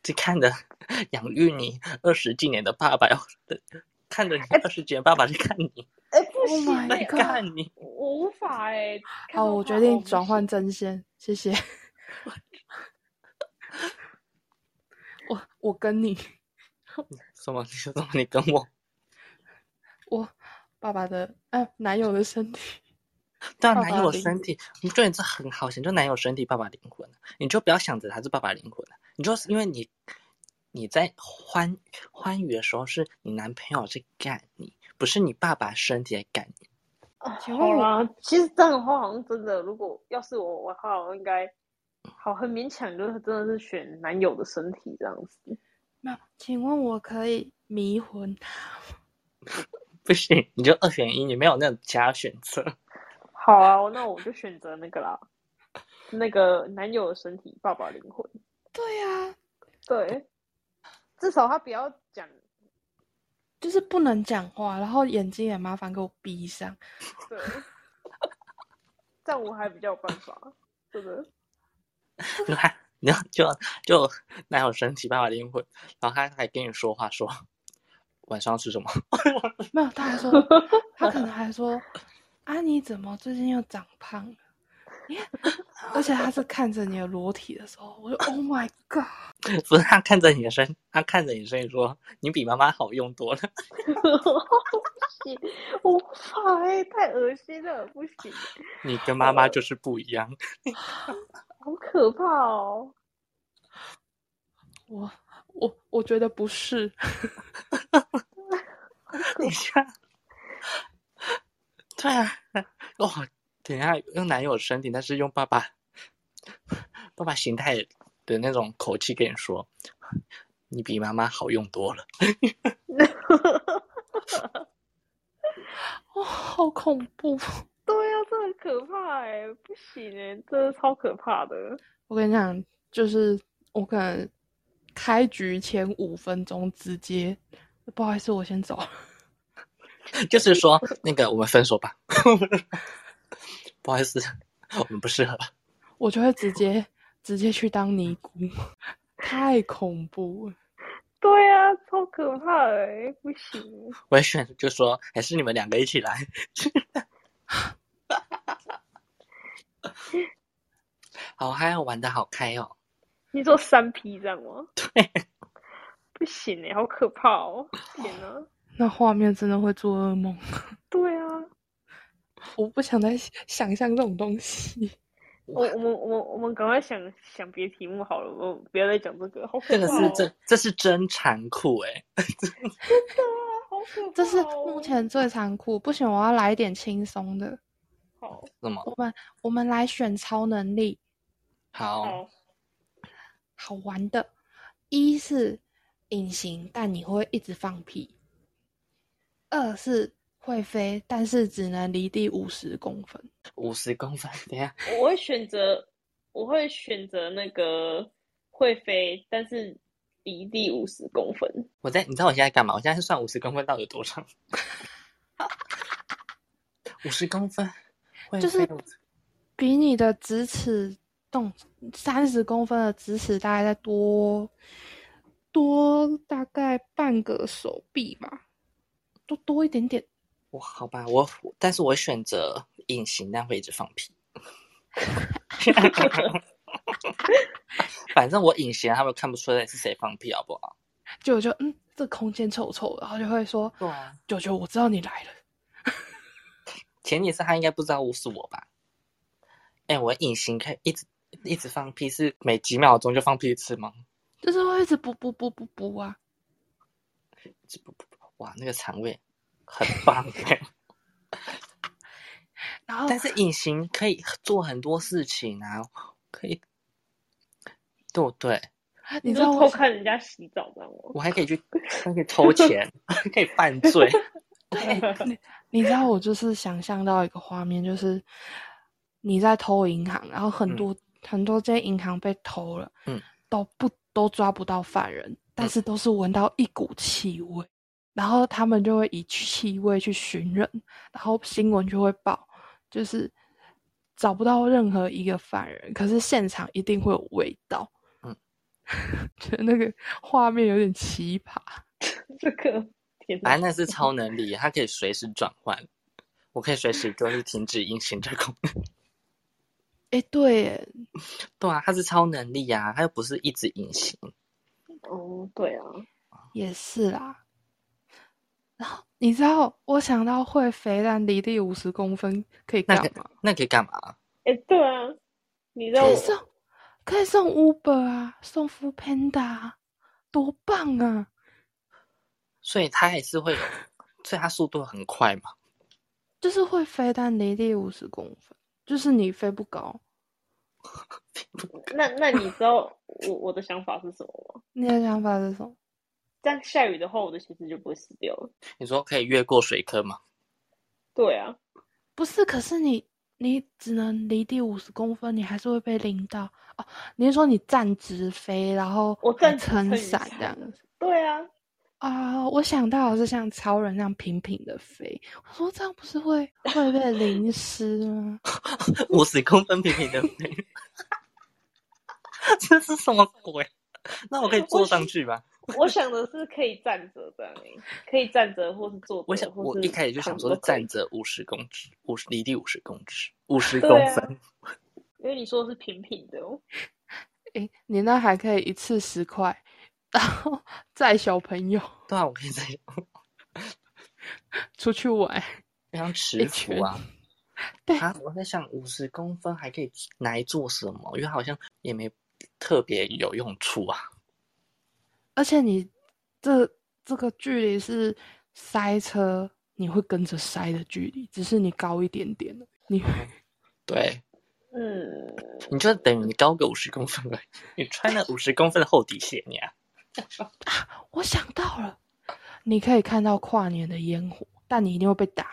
Speaker 1: 这看的 (laughs) 养育你二十几年的爸爸， (laughs) 看着你二十几年爸爸去看你，
Speaker 2: 哎、不
Speaker 3: Oh
Speaker 2: 行
Speaker 3: my
Speaker 2: 哎、
Speaker 1: 在
Speaker 3: god
Speaker 1: 看你，
Speaker 2: 我无法哎、看
Speaker 3: 好，
Speaker 2: 到
Speaker 3: 哦我
Speaker 2: 他哦
Speaker 3: 决定
Speaker 2: 不
Speaker 3: 转换
Speaker 2: 行
Speaker 3: 真仙，谢谢。我我跟你，
Speaker 1: 什么？你说什么？你跟我？
Speaker 3: 我爸爸的哎、男友的身体，
Speaker 1: 对啊，
Speaker 3: 爸爸
Speaker 1: 男友
Speaker 3: 灵
Speaker 1: 身体，嗯我觉得你这很好想，就男友身体，爸爸灵魂，啊你就不要想着他是爸爸灵魂，啊你就是因为你你在欢欢愉的时候，是你男朋友在干你，不是你爸爸身体在干你。
Speaker 2: 啊
Speaker 3: 请
Speaker 2: 好
Speaker 3: 问我
Speaker 2: 啦，其实这样的话，好像真的，如果要是我，我的话，我应该好很勉强，就是真的是选男友的身体这样子。
Speaker 3: 那请问我可以迷魂他吗？
Speaker 1: 不行，你就二选一，你没有那种其他选择。 (laughs)
Speaker 2: 好啊，那我就选择那个啦，那个男友的身体，爸爸灵魂。
Speaker 3: 对啊呀、
Speaker 2: 对，至少他不要讲。
Speaker 3: 就是不能讲话，然后眼睛也麻烦给我闭上。
Speaker 2: 对，这样我还比较有办法，真的。 (laughs)
Speaker 1: 你看，你要就就男友身体，爸爸灵魂，然后他还跟你说话说晚上要吃什么？ (laughs)
Speaker 3: 没有，他还说，他可能还说，啊，你怎么最近又长胖了？ (laughs) 你看，而且他是看着你的裸体的时候，我就 Oh my God！
Speaker 1: 不是他看着你的身，他看着你的身体说你比妈妈好用多了。
Speaker 2: 我无法哎、太恶心了，不行，
Speaker 1: 你跟妈妈就是不一样。 (laughs)
Speaker 2: 好可怕哦！ (laughs)
Speaker 3: 我我我觉得不是，
Speaker 1: 等一下，对啊，哇，等一下用男友身体，但是用爸爸爸爸形态的那种口气跟你说，你比妈妈好用多了。
Speaker 3: 哦，好恐怖！
Speaker 2: 对呀、这很可怕哎、不行哎、真的超可怕的。
Speaker 3: 我跟你讲，就是我可能开局前五分钟直接，不好意思，我先走。
Speaker 1: 就是说，那个我们分手吧。 (laughs) 不好意思，我们不适合。
Speaker 3: 我就会直接直接去当尼姑，太恐怖了。
Speaker 2: 对呀、超可怕的哎、不行，
Speaker 1: 我也选，就说还是你们两个一起来。 (laughs) 好嗨哦，玩的好开哦！
Speaker 2: 你说三 P 这样吗？对，不行欸哎、好可怕哦！天哪，
Speaker 3: 那画面真的会做噩梦。
Speaker 2: 对啊，
Speaker 3: 我不想再想象这种东西。
Speaker 2: 我我们我们我们赶快想想别的题目好了，我们不要再讲这个，好可怕、
Speaker 1: 这个
Speaker 2: 哦！
Speaker 1: 是真，这是真残酷哎、
Speaker 2: 对啊，好可怕、哦！
Speaker 3: 这是目前最残酷。不行，我要来一点轻松的。
Speaker 2: 好
Speaker 1: 怎么
Speaker 3: 我们我们来选超能力，哦
Speaker 1: 好？
Speaker 2: 好
Speaker 3: 好玩的。一是隐形，但你会一直放屁；二是会飞，但是只能离地五十公分。
Speaker 1: 五十公分，等一下
Speaker 2: 我会选择，我会选择那个会飞，但是离地五十公分。
Speaker 1: 我在，你知道我现在干嘛？我现在是算五十公分到底有多长？ (laughs) 五十公分，会
Speaker 3: 就是
Speaker 1: 飞50
Speaker 3: 比你的直尺动三十公分的直尺大概再多多大概半个手臂吧，多多一点点。
Speaker 1: 我好吧，我但是我选择隐形，但会一直放屁。反正我隐形，他们看不出来是谁放屁，好不好？
Speaker 3: 就我就嗯，这空间臭臭的，然后就会说
Speaker 1: 对啊，
Speaker 3: 九九，我知道你来了。
Speaker 1: 前提是他应该不知道我是我吧？哎、我隐形可以一直一直放屁，是每几秒钟就放屁一次吗？
Speaker 3: 就是会一直补补补补补啊，
Speaker 1: 不不不，哇，那个肠胃很棒哎！
Speaker 3: 然
Speaker 1: (laughs)
Speaker 3: 后
Speaker 1: 但是隐形可以做很多事情啊，可以，对不对？
Speaker 3: 啊你知
Speaker 2: 是
Speaker 3: 道我
Speaker 2: 偷看人家洗澡这样吗？
Speaker 1: 我还可以去，还可以偷钱，还可以犯罪。 (laughs)
Speaker 3: 对， (laughs) 你你知道我就是想象到一个画面，就是你在偷银行，然后很
Speaker 1: 嗯
Speaker 3: 多、很多间银行被偷了，
Speaker 1: 嗯，
Speaker 3: 都不都抓不到犯人，但
Speaker 1: 嗯
Speaker 3: 是都是闻到一股气味，然后他们就会以气味去寻人，然后新闻就会报，就是找不到任何一个犯人，可是现场一定会有味道，
Speaker 1: 嗯，
Speaker 3: (laughs) 觉得那个画面有点奇葩。
Speaker 2: 这个
Speaker 1: (laughs)
Speaker 2: 天哪
Speaker 1: 反！哎正那是
Speaker 2: (laughs)
Speaker 1: 超能力，它可以随时转换。我可以随时就是停止隐形这个功能。 (laughs)
Speaker 3: 哎，对耶，
Speaker 1: 对啊，它是超能力啊，它又不是一直隐形。
Speaker 2: 哦，对啊，
Speaker 3: 也是啦。然后你知道，我想到会飞，但离地五十公分可以
Speaker 1: 那
Speaker 3: 干
Speaker 1: 个
Speaker 3: 嘛？
Speaker 1: 那可以干嘛？
Speaker 2: 哎，对啊，你让
Speaker 3: 可以
Speaker 2: 我
Speaker 3: 送，可以送 Uber 啊，送 f o o Panda，啊多棒啊！
Speaker 1: 所以它还是会有，所以它速度很快嘛。
Speaker 3: 就是会飞，但离地五十公分，就是你飞不高。
Speaker 2: 那那你知道我我的想法是什么吗？
Speaker 3: 你的想法是什么？
Speaker 2: 这样下雨的话，我的鞋子就不会湿掉了。
Speaker 1: 你说可以越过水坑吗？
Speaker 2: 对啊，
Speaker 3: 不是，可是你你只能离地五十公分，你还是会被淋到哦。你是说你站直飞，然后
Speaker 2: 我
Speaker 3: 还
Speaker 2: 站直
Speaker 3: 撑
Speaker 2: 撑雨
Speaker 3: 伞
Speaker 2: 伞
Speaker 3: 这样子？
Speaker 2: 对啊，
Speaker 3: 啊、我想到的是像超人那样平平的飞。我说这样不是会会被淋湿吗？
Speaker 1: 五十公分平平的飞， (laughs) 这是什么鬼？那我可以坐上去吧？
Speaker 2: (laughs) 我想的是可以站着这样欸，可以站着或是坐着。
Speaker 1: 我想，我
Speaker 2: 或是
Speaker 1: 一开始就想说是
Speaker 2: 躺着都可以
Speaker 1: 站着五十公尺，五十离地五十公尺，五十
Speaker 2: 对
Speaker 1: 公
Speaker 2: 啊 (laughs)
Speaker 1: 分，
Speaker 2: 因为你说的是平平的哦。
Speaker 3: 诶，你那还可以一次十块，然后载小朋友
Speaker 1: 对啊，我可以在
Speaker 3: 出去玩。 (laughs)
Speaker 1: 像持
Speaker 3: 拳
Speaker 1: 服啊。
Speaker 3: 对
Speaker 1: 啊，我在想五十公分还可以拿来做什么？因为好像也没特别有用处啊。
Speaker 3: 而且你这这个距离是塞车，你会跟着塞的距离，只是你高一点点了。你
Speaker 1: 对，
Speaker 2: 嗯，
Speaker 1: 你就等于你高个五十公分而已，你穿了五十公分的厚底鞋，你啊，
Speaker 3: 我想到了，你可以看到跨年的烟火，但你一定会被打。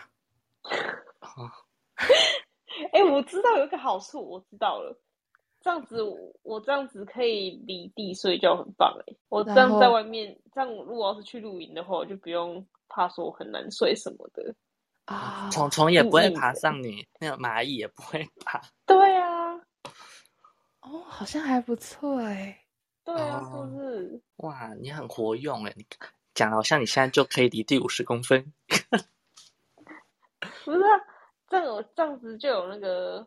Speaker 2: 哎、我知道有一个好处，我知道了。这样子我，我这样子可以离地睡觉，很棒哎、我这
Speaker 3: 然
Speaker 2: 样
Speaker 3: 后
Speaker 2: 在外面，这样我如果要是去露营的话，我就不用怕说我很难睡什么的。
Speaker 3: 啊，
Speaker 1: 虫虫也不会
Speaker 2: 嗯嗯
Speaker 1: 爬上你，那个蚂蚁也不会爬。
Speaker 2: 对啊，
Speaker 3: 哦，好像还不错哎、
Speaker 2: 对啊，
Speaker 1: 哦
Speaker 2: 是不是？
Speaker 1: 哇，你很活用哎！你讲的好像你现在就可以离地五十公分，
Speaker 2: 不是啊，这样有这样子就有那个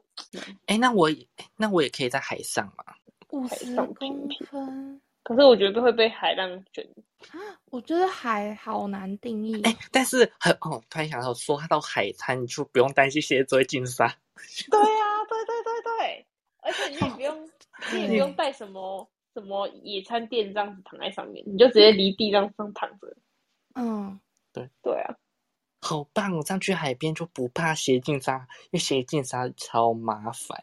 Speaker 1: 哎，那我也那我也可以在海上嘛？
Speaker 3: 五
Speaker 2: 海
Speaker 3: 十
Speaker 2: 上平
Speaker 3: 公
Speaker 2: 平
Speaker 3: 分，
Speaker 2: 可是我觉得会被海浪卷。
Speaker 4: 我觉得海好难定义。
Speaker 1: 哎、但是很哦，突然想到说，他到海滩你就不用担心蝎子会进沙。
Speaker 2: 对啊，对对对对，而且你也不用，你也不用带什么什么野餐垫这样子躺在上面，你就直接离地这样上躺着。
Speaker 4: 嗯，
Speaker 2: 对啊，
Speaker 1: 好棒哦！这样去海边就不怕鞋进沙，因为鞋进沙超麻烦。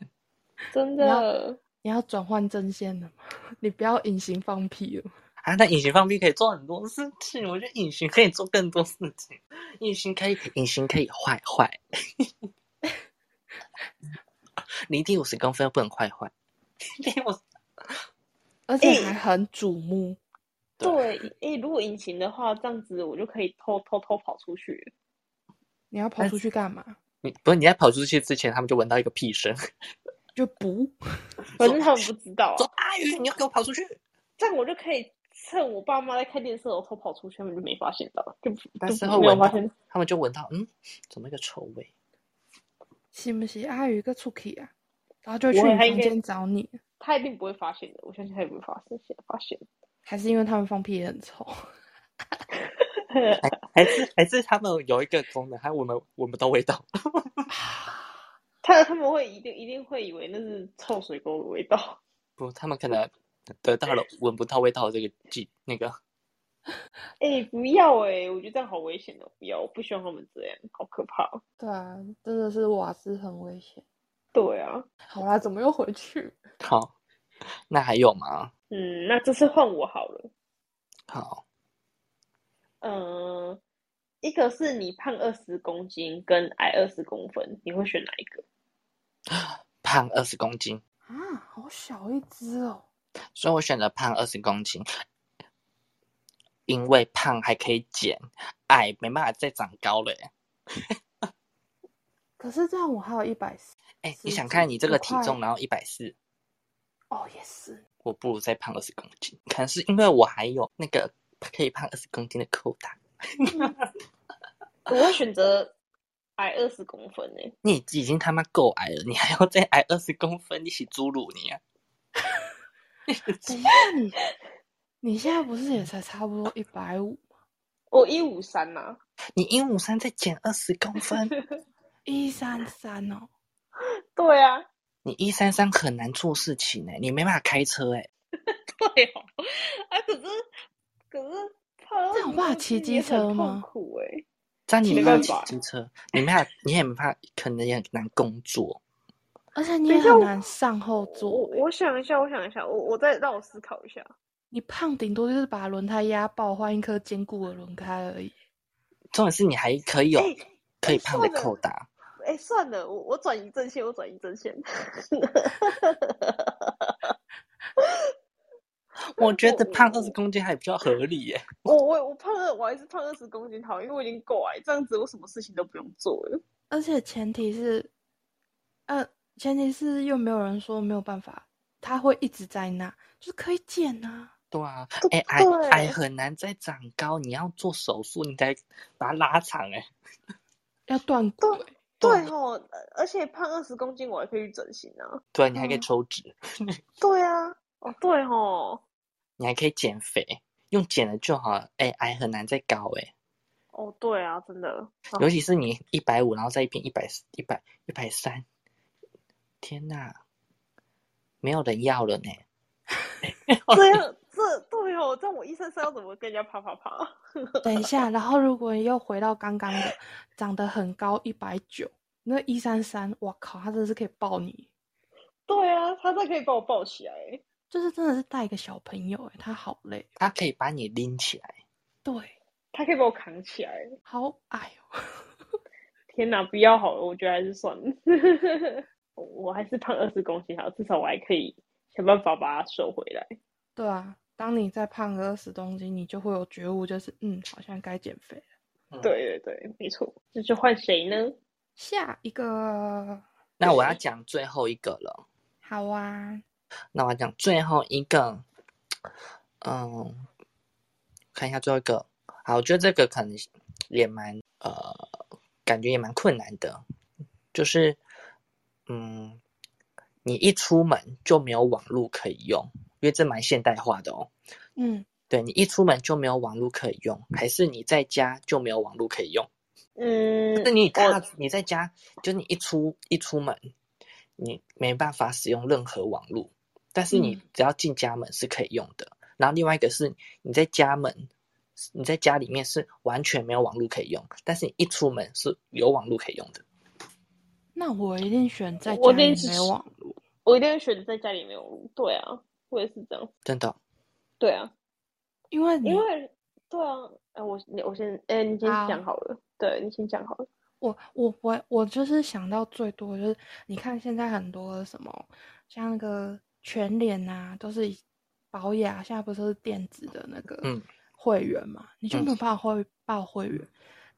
Speaker 2: 真
Speaker 3: 你
Speaker 2: 的。
Speaker 3: 你要转换阵线了吗？ (laughs) 你不要隐形放屁了。
Speaker 1: 啊，那隐形放屁可以做很多事情，我觉得隐形可以做更多事情。隐形可以，隐形可以坏坏。 (laughs) 离地五十公分不能坏坏。离地五十
Speaker 3: 而且还很瞩目。
Speaker 2: 对，诶、如果隐形的话，这样子我就可以偷偷偷跑出去了。
Speaker 3: 你要跑出去干嘛？
Speaker 1: 你不是你在跑出去之前，他们就闻到一个屁声，
Speaker 3: 就不
Speaker 2: 反正他们不知道
Speaker 1: 说
Speaker 2: 啊，
Speaker 1: 阿宇，你要给我跑出去。
Speaker 2: 这样我就可以趁我爸妈在看电视，我偷跑出去，他们就没发现到，就
Speaker 1: 但是
Speaker 2: 就
Speaker 1: 会
Speaker 2: 没有
Speaker 1: 闻
Speaker 2: 发
Speaker 1: 到
Speaker 2: 现。，
Speaker 1: 他们就闻到，嗯，怎么一个臭味？
Speaker 3: 是不是阿宇个出去啊？然后就
Speaker 2: 不
Speaker 3: 去
Speaker 2: 会
Speaker 3: 你
Speaker 2: 他应
Speaker 3: 房
Speaker 2: 该
Speaker 3: 间找你，
Speaker 2: 他一定不会发现的，我相信他也不会发现发现。
Speaker 3: 还是因为他们放屁也很臭？ (laughs)
Speaker 1: 还是还是他们有一个功能，还闻不闻不到味道？
Speaker 2: 他他们会一定一定会以为那是臭水沟的味道。
Speaker 1: 不，他们可能得到了闻不到味道的这个技那个。
Speaker 2: 哎、不要哎、我觉得这样好危险哦！不要，我不希望他们这样，好可怕哦。
Speaker 3: 对啊，真的是瓦斯很危险。
Speaker 2: 对啊，
Speaker 3: 好啦，怎么又回去？
Speaker 1: 好，那还有吗？
Speaker 2: 嗯，那这次换我好了。
Speaker 1: 好，
Speaker 2: 嗯、一个是你胖二十公斤跟矮二十公分，你会选哪一个？
Speaker 1: 胖二十公斤，
Speaker 3: 啊，好小一只哦！
Speaker 1: 所以我选择胖二十公斤，因为胖还可以减，矮没办法再长高了耶。
Speaker 3: 可是这样我还有一百四
Speaker 1: 哎、
Speaker 3: 是
Speaker 1: 你想
Speaker 3: 这
Speaker 1: 看你这个体
Speaker 3: 很
Speaker 1: 重，
Speaker 3: 快
Speaker 1: 然后一百四，
Speaker 3: 哦，也是。
Speaker 1: 我不如再胖二十公斤。可能是因为我还有那个可以胖二十公斤的扣打。
Speaker 2: 我会选择矮二十公分哎、
Speaker 1: 你已经他妈够矮了，你还要再矮二十公分，你洗侏儒你啊！ (laughs)
Speaker 3: 等一下你， (laughs) 你现在不是也才差不多一百五，
Speaker 2: 我一五三啊呐，
Speaker 1: 你一五三再减二十公分，
Speaker 2: (laughs)
Speaker 3: 一三三哦？
Speaker 2: 对啊，
Speaker 1: 你一三三很难做事情哎、你没办法开车哎、
Speaker 2: (laughs) 对哦，啊，可是可是胖二十
Speaker 3: 这样
Speaker 2: 公
Speaker 3: 有办法
Speaker 2: 斤
Speaker 3: 骑机
Speaker 2: 也很
Speaker 3: 车吗
Speaker 2: 痛苦哎、
Speaker 1: 这样你
Speaker 2: 没
Speaker 1: 没办
Speaker 2: 办
Speaker 1: 法
Speaker 2: 法
Speaker 1: 骑机车，你没办法，你也没办法，可能也很难工作。
Speaker 3: 而且你
Speaker 2: 等
Speaker 3: 也
Speaker 2: 一下
Speaker 3: 很
Speaker 2: 我
Speaker 3: 难上后
Speaker 2: 我
Speaker 3: 座欸，
Speaker 2: 我想一下，我想一下，我我再让我思考一下。
Speaker 3: 你胖顶多就是把轮胎压爆，换一颗坚固的轮胎而已。
Speaker 1: 重点是你还可以有
Speaker 2: 哎
Speaker 1: 可以胖的
Speaker 2: 哎算了
Speaker 1: 扣打，
Speaker 2: 哎、算了，我我转移阵线，我转移阵线。 (laughs)
Speaker 1: 我觉得胖
Speaker 2: 我
Speaker 1: 二十公斤还比较合理欸耶、
Speaker 2: 我我我胖了，我还是胖二十公斤好，因为我已经够矮，这样子我什么事情都不用做了。
Speaker 3: 而且前提是，呃，前提是又没有人说没有办法，它会一直在那，就是可以减啊。
Speaker 1: 对啊，哎、
Speaker 2: 对
Speaker 1: 矮
Speaker 2: 对
Speaker 1: 矮很难再长高，你要做手术，你才把它拉长哎、
Speaker 3: 要断骨
Speaker 2: 对
Speaker 3: 欸，
Speaker 2: 对
Speaker 1: 对
Speaker 2: 哦，而且胖二十公斤我还可以去整形啊。
Speaker 1: 对，你还可以
Speaker 3: 嗯
Speaker 1: 抽脂，
Speaker 2: 对啊，哦对哦，
Speaker 1: 你还可以减肥，用减的就好了。哎、矮很难再高哎、
Speaker 2: 哦对啊，真的。啊
Speaker 1: 尤其是你一百五，然后再一边一百一百一百三，天哪，没有人要了呢。哦
Speaker 2: 这样这对哦，这样我医生是要怎么跟人家啪啪啪？ (laughs)
Speaker 3: 等一下，然后如果你又回到刚刚的，长得很高一百九，那一三三，我靠，他真的是可以抱你，
Speaker 2: 对啊，他再可以把我抱起来。
Speaker 3: 就是真的是带一个小朋友、欸，他好累，
Speaker 1: 它可以把你拎起来，
Speaker 3: 对，
Speaker 2: 他可以把我扛起来，
Speaker 3: 好矮哦、
Speaker 2: 天哪，不要好了，我觉得还是算了， (laughs) 我我还是胖二十公斤好，至少我还可以想办法把它瘦回来。
Speaker 3: 对啊，当你再胖个二十公斤，你就会有觉悟，就是嗯，好像该减肥了。
Speaker 2: 对对对，没错，那就换谁呢？
Speaker 3: 下一个，
Speaker 1: 那我要讲最后一个了。
Speaker 3: 好啊，
Speaker 1: 那我要讲最后一个，嗯，看一下最后一个。好，我觉得这个可能也蛮呃，感觉也蛮困难的，就是嗯，你一出门就没有网络可以用，因因为这蛮现代化的哦。
Speaker 3: 嗯，
Speaker 1: 对你一出门就没有网络可以用，还是你在家就没有网络可以用？
Speaker 2: 嗯
Speaker 1: 那，你大
Speaker 2: 我
Speaker 1: 你在家，就你一出一出门，你没办法使用任何网络，但是你
Speaker 3: 嗯
Speaker 1: 只要进家门是可以用的。然后另外一个是你在家门，你在家里面是完全没有网络可以用，但是你一出门是有网络可以用的。
Speaker 3: 那我一定选在
Speaker 2: 我
Speaker 3: 家
Speaker 2: 一定
Speaker 3: 里
Speaker 2: 是
Speaker 3: 没网络。
Speaker 2: 我一定会选择在家里没有录。对啊，我也是这样。
Speaker 1: 真的哦，
Speaker 2: 对啊，
Speaker 3: 因
Speaker 1: 嗯
Speaker 3: 为你
Speaker 2: 因为对啊，哎，我你我先，哎，你先
Speaker 3: 好
Speaker 2: 讲好了。对，你先讲好了。
Speaker 3: 我我我我就是想到最多的就是，你看现在很多什么像那个全脸啊，都是以保雅现在不是都是电子的那个
Speaker 1: 嗯
Speaker 3: 会员嘛，你就没有办法会报会员。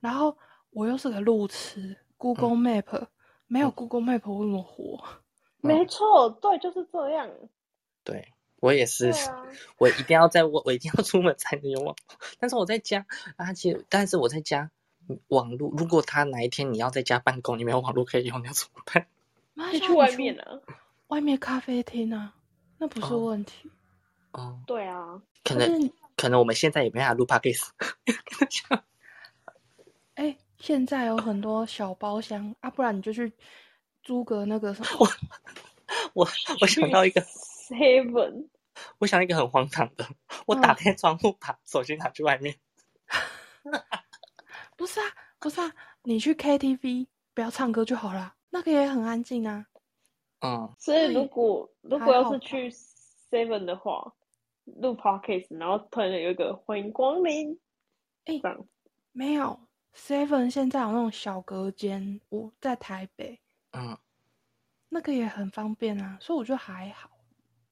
Speaker 3: 然后我又是个路
Speaker 1: 嗯
Speaker 3: 痴，Google Map、没有 Google Map 我怎么活？
Speaker 1: 嗯
Speaker 2: 没错，对，就是这样。
Speaker 1: 对我也
Speaker 2: 对
Speaker 1: 是，
Speaker 2: 啊，
Speaker 1: 我一定要在我我一定要出门才能有网，但是我在家啊，其实但是我在家嗯网络，如果他哪一天你要在家办公，你没有网络可以用，你要怎么办？
Speaker 3: 妈
Speaker 2: 就
Speaker 3: 现
Speaker 2: 去
Speaker 3: 在
Speaker 2: 外
Speaker 3: 你
Speaker 2: 面啊。
Speaker 3: 外面咖啡厅啊，那不是
Speaker 1: 哦
Speaker 3: 问题。
Speaker 1: 哦，
Speaker 2: 对啊，
Speaker 1: 可
Speaker 3: 可是
Speaker 1: 能
Speaker 3: 你
Speaker 1: 可能我们现在也没办法录 podcast， (laughs)
Speaker 3: 哎、现在有很多小包厢啊，不然你就去租个那
Speaker 1: (laughs)
Speaker 3: 个什么。
Speaker 1: 我我
Speaker 3: 嗯
Speaker 1: 想到一个，
Speaker 2: Seven，
Speaker 1: 我想到一个很荒
Speaker 3: (laughs)
Speaker 1: 唐的，我
Speaker 3: 嗯
Speaker 1: 打开窗户把手机拿去外面，
Speaker 3: 不是啊，不是啊，你去 KTV 不要唱歌就好啦，那个也很安静啊。
Speaker 1: 嗯，
Speaker 2: 所以如果如果
Speaker 3: 还
Speaker 2: 要
Speaker 3: 好
Speaker 2: 是
Speaker 3: 吧
Speaker 2: 去 Seven 的话，录 podcast，然后突然有一个欢迎光临，
Speaker 3: 哎
Speaker 1: 啊
Speaker 2: 这样
Speaker 3: 没有 Seven 现在有那种小隔间，我在台北，
Speaker 1: 嗯，
Speaker 3: 那个也很方便啊，所以我觉得还好。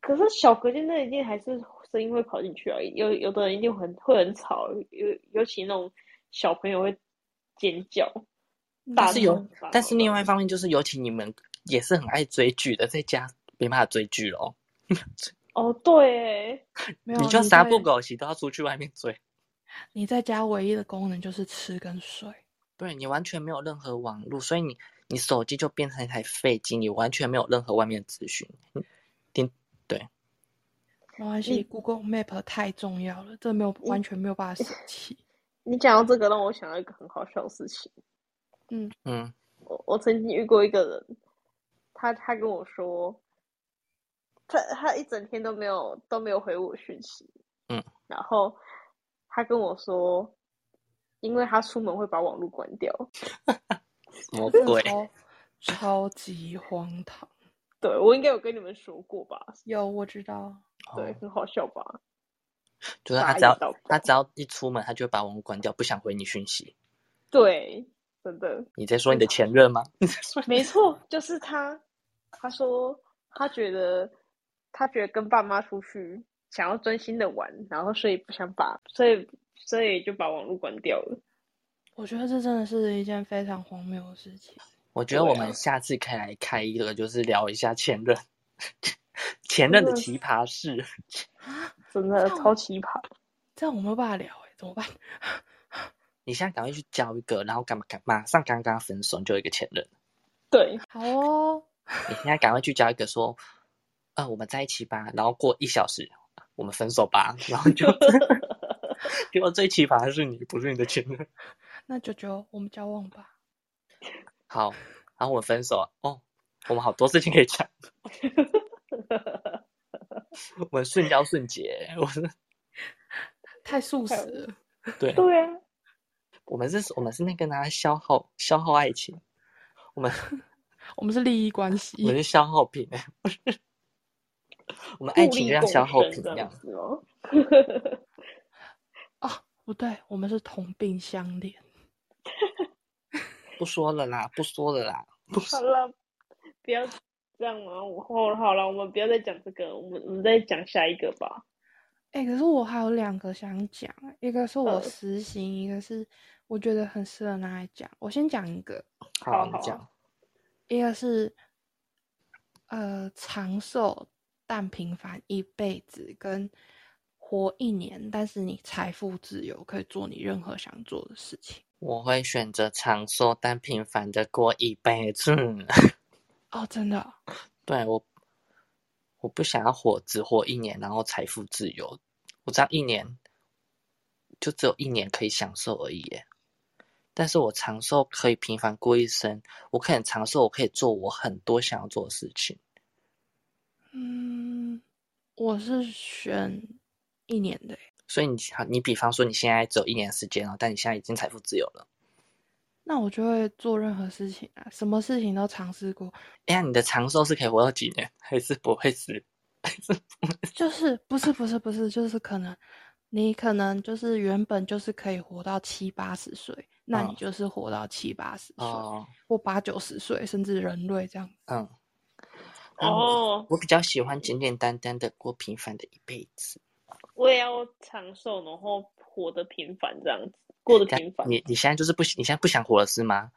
Speaker 2: 可是小隔间那一定还是声音会跑进去啊，有有的人一定很会很吵，尤尤其那种小朋友会尖叫，大
Speaker 1: 但是
Speaker 3: 嗯
Speaker 2: 声
Speaker 1: 有
Speaker 2: 大
Speaker 1: 但是
Speaker 2: 闹
Speaker 1: 另外一方面就是，尤其你们也是很爱追剧的，在家没办法追剧咯，
Speaker 2: 哦，对，
Speaker 3: 没有，
Speaker 1: 你就啥
Speaker 3: 在
Speaker 1: 不？狗洗都要出去外面追，
Speaker 3: 你在家唯一的功能就是吃跟睡。
Speaker 1: 对你完全没有任何网络，所以你你手机就变成一台废机，你完全没有任何外面的资讯，嗯顶
Speaker 3: 没关系，Google Map 太重要了，这没有完全没有办法 (laughs) 舍弃。
Speaker 2: 你讲到这个，让我想到一个很好笑的事情。
Speaker 1: 嗯
Speaker 2: 我我曾经遇过一个人，他他跟我说，他他一整天都没有都没有回我讯息，
Speaker 1: 嗯，
Speaker 2: 然后他跟我说，因为他出门会把网络关掉，
Speaker 1: 什么
Speaker 3: 这
Speaker 1: 鬼？哦
Speaker 3: 超超级荒唐。
Speaker 2: 对我应该有跟你们说过吧？
Speaker 3: 有，我知道。
Speaker 2: 对，
Speaker 1: 哦
Speaker 2: 很好笑吧？
Speaker 1: 就是他
Speaker 2: 大
Speaker 1: 只
Speaker 2: 一
Speaker 1: 要
Speaker 2: 到
Speaker 1: 他
Speaker 2: 高
Speaker 1: 只要一出门，他就会把网络关掉，不想回你讯息。
Speaker 2: 对，真的，
Speaker 1: 你在说你的前任吗？ (laughs)
Speaker 2: 没错，就是他。他说他觉得他觉得跟爸妈出去，想要专心的玩，然后所以不想把，所以所以就把网络关掉了。
Speaker 3: 我觉得这真的是一件非常荒谬的事情。
Speaker 1: 我觉得我
Speaker 2: 对啊
Speaker 1: 们下次可以来开一个，就是聊一下前任， (laughs) 前任的
Speaker 2: 真的
Speaker 1: 奇葩事。
Speaker 2: 真的
Speaker 3: 这样
Speaker 2: 超奇葩。
Speaker 3: 这样我没有办法聊哎、怎么办？ (laughs)
Speaker 1: 你现在赶快去交一个，然后干嘛干马上刚刚分手，你就有一个前任。 (laughs)
Speaker 2: 对，
Speaker 3: 好哦，
Speaker 1: 你现在赶快去交一个，说，呃，我们在一起吧，然后过一小时，我们分手吧，然后就，结果最奇葩的是你，不是你的前任。
Speaker 3: (laughs) 那九九，我们交往吧。
Speaker 1: 好，然后我们分手哦，我们好多事情可以讲，我们瞬交瞬结，我是
Speaker 3: 太速食
Speaker 2: 太
Speaker 3: 了，
Speaker 1: 对。
Speaker 2: 对啊，
Speaker 1: 我们是，我们是那个拿消耗消耗爱情，我们
Speaker 3: 我们是利益关系
Speaker 1: 我。们是消耗品哎、不是我们爱
Speaker 2: 互
Speaker 1: 情
Speaker 2: 利
Speaker 1: 就像
Speaker 2: 共
Speaker 1: 消耗
Speaker 2: 生
Speaker 1: 品
Speaker 2: 这
Speaker 1: 一样
Speaker 2: 样，子哦。
Speaker 3: 哦，不对，我们是同病相怜。
Speaker 1: 不说了啦，不说了啦，不
Speaker 2: 好
Speaker 1: 说
Speaker 2: 了，不要这样啊！我好了好了，我们不要再讲这个，我们我们再讲下一个吧。
Speaker 3: 哎、可是我还有两个想讲，啊一个是我
Speaker 2: 呃
Speaker 3: 实行，一个是我觉得很适合拿来讲。我先讲一个，
Speaker 1: 好，
Speaker 2: 好
Speaker 1: 你讲，
Speaker 3: 一个是呃长寿但平凡一辈子，跟活一年，但是你财富自由，可以做你任何想做的事情。
Speaker 1: 我会选择长寿但平凡的过一辈子。 (laughs)
Speaker 3: 啊哦，真的哦、
Speaker 1: 对我，我不想要活只活一年，然后财富自由，我这样一年就只有一年可以享受而已耶。但是我长寿可以平凡过一生，我可以很长寿，我可以做我很多想要做的事情。
Speaker 3: 嗯，我是选一年的欸，
Speaker 1: 所以你你比方说你现在只有一年时间了，但你现在已经财富自由了。
Speaker 3: 那我就会做任何事情啊，什么事情都尝试过，
Speaker 1: 哎呀，你的长寿是可以活到几年， (laughs) 还是不会死？
Speaker 3: 就是不是不是不是，就是可能你可能就是原本就是可以活到七八十岁，那你
Speaker 1: 嗯
Speaker 3: 就是活到七八十岁、
Speaker 1: 哦，
Speaker 3: 或八九十岁，甚至人类这样。
Speaker 1: 嗯，
Speaker 2: 哦，
Speaker 1: 我比较喜欢简简单单的过平凡的一辈子。
Speaker 2: 我也要长寿，然后活得平凡这样子，过得平凡。
Speaker 1: 你你现在就是不，你现在不想活了是吗？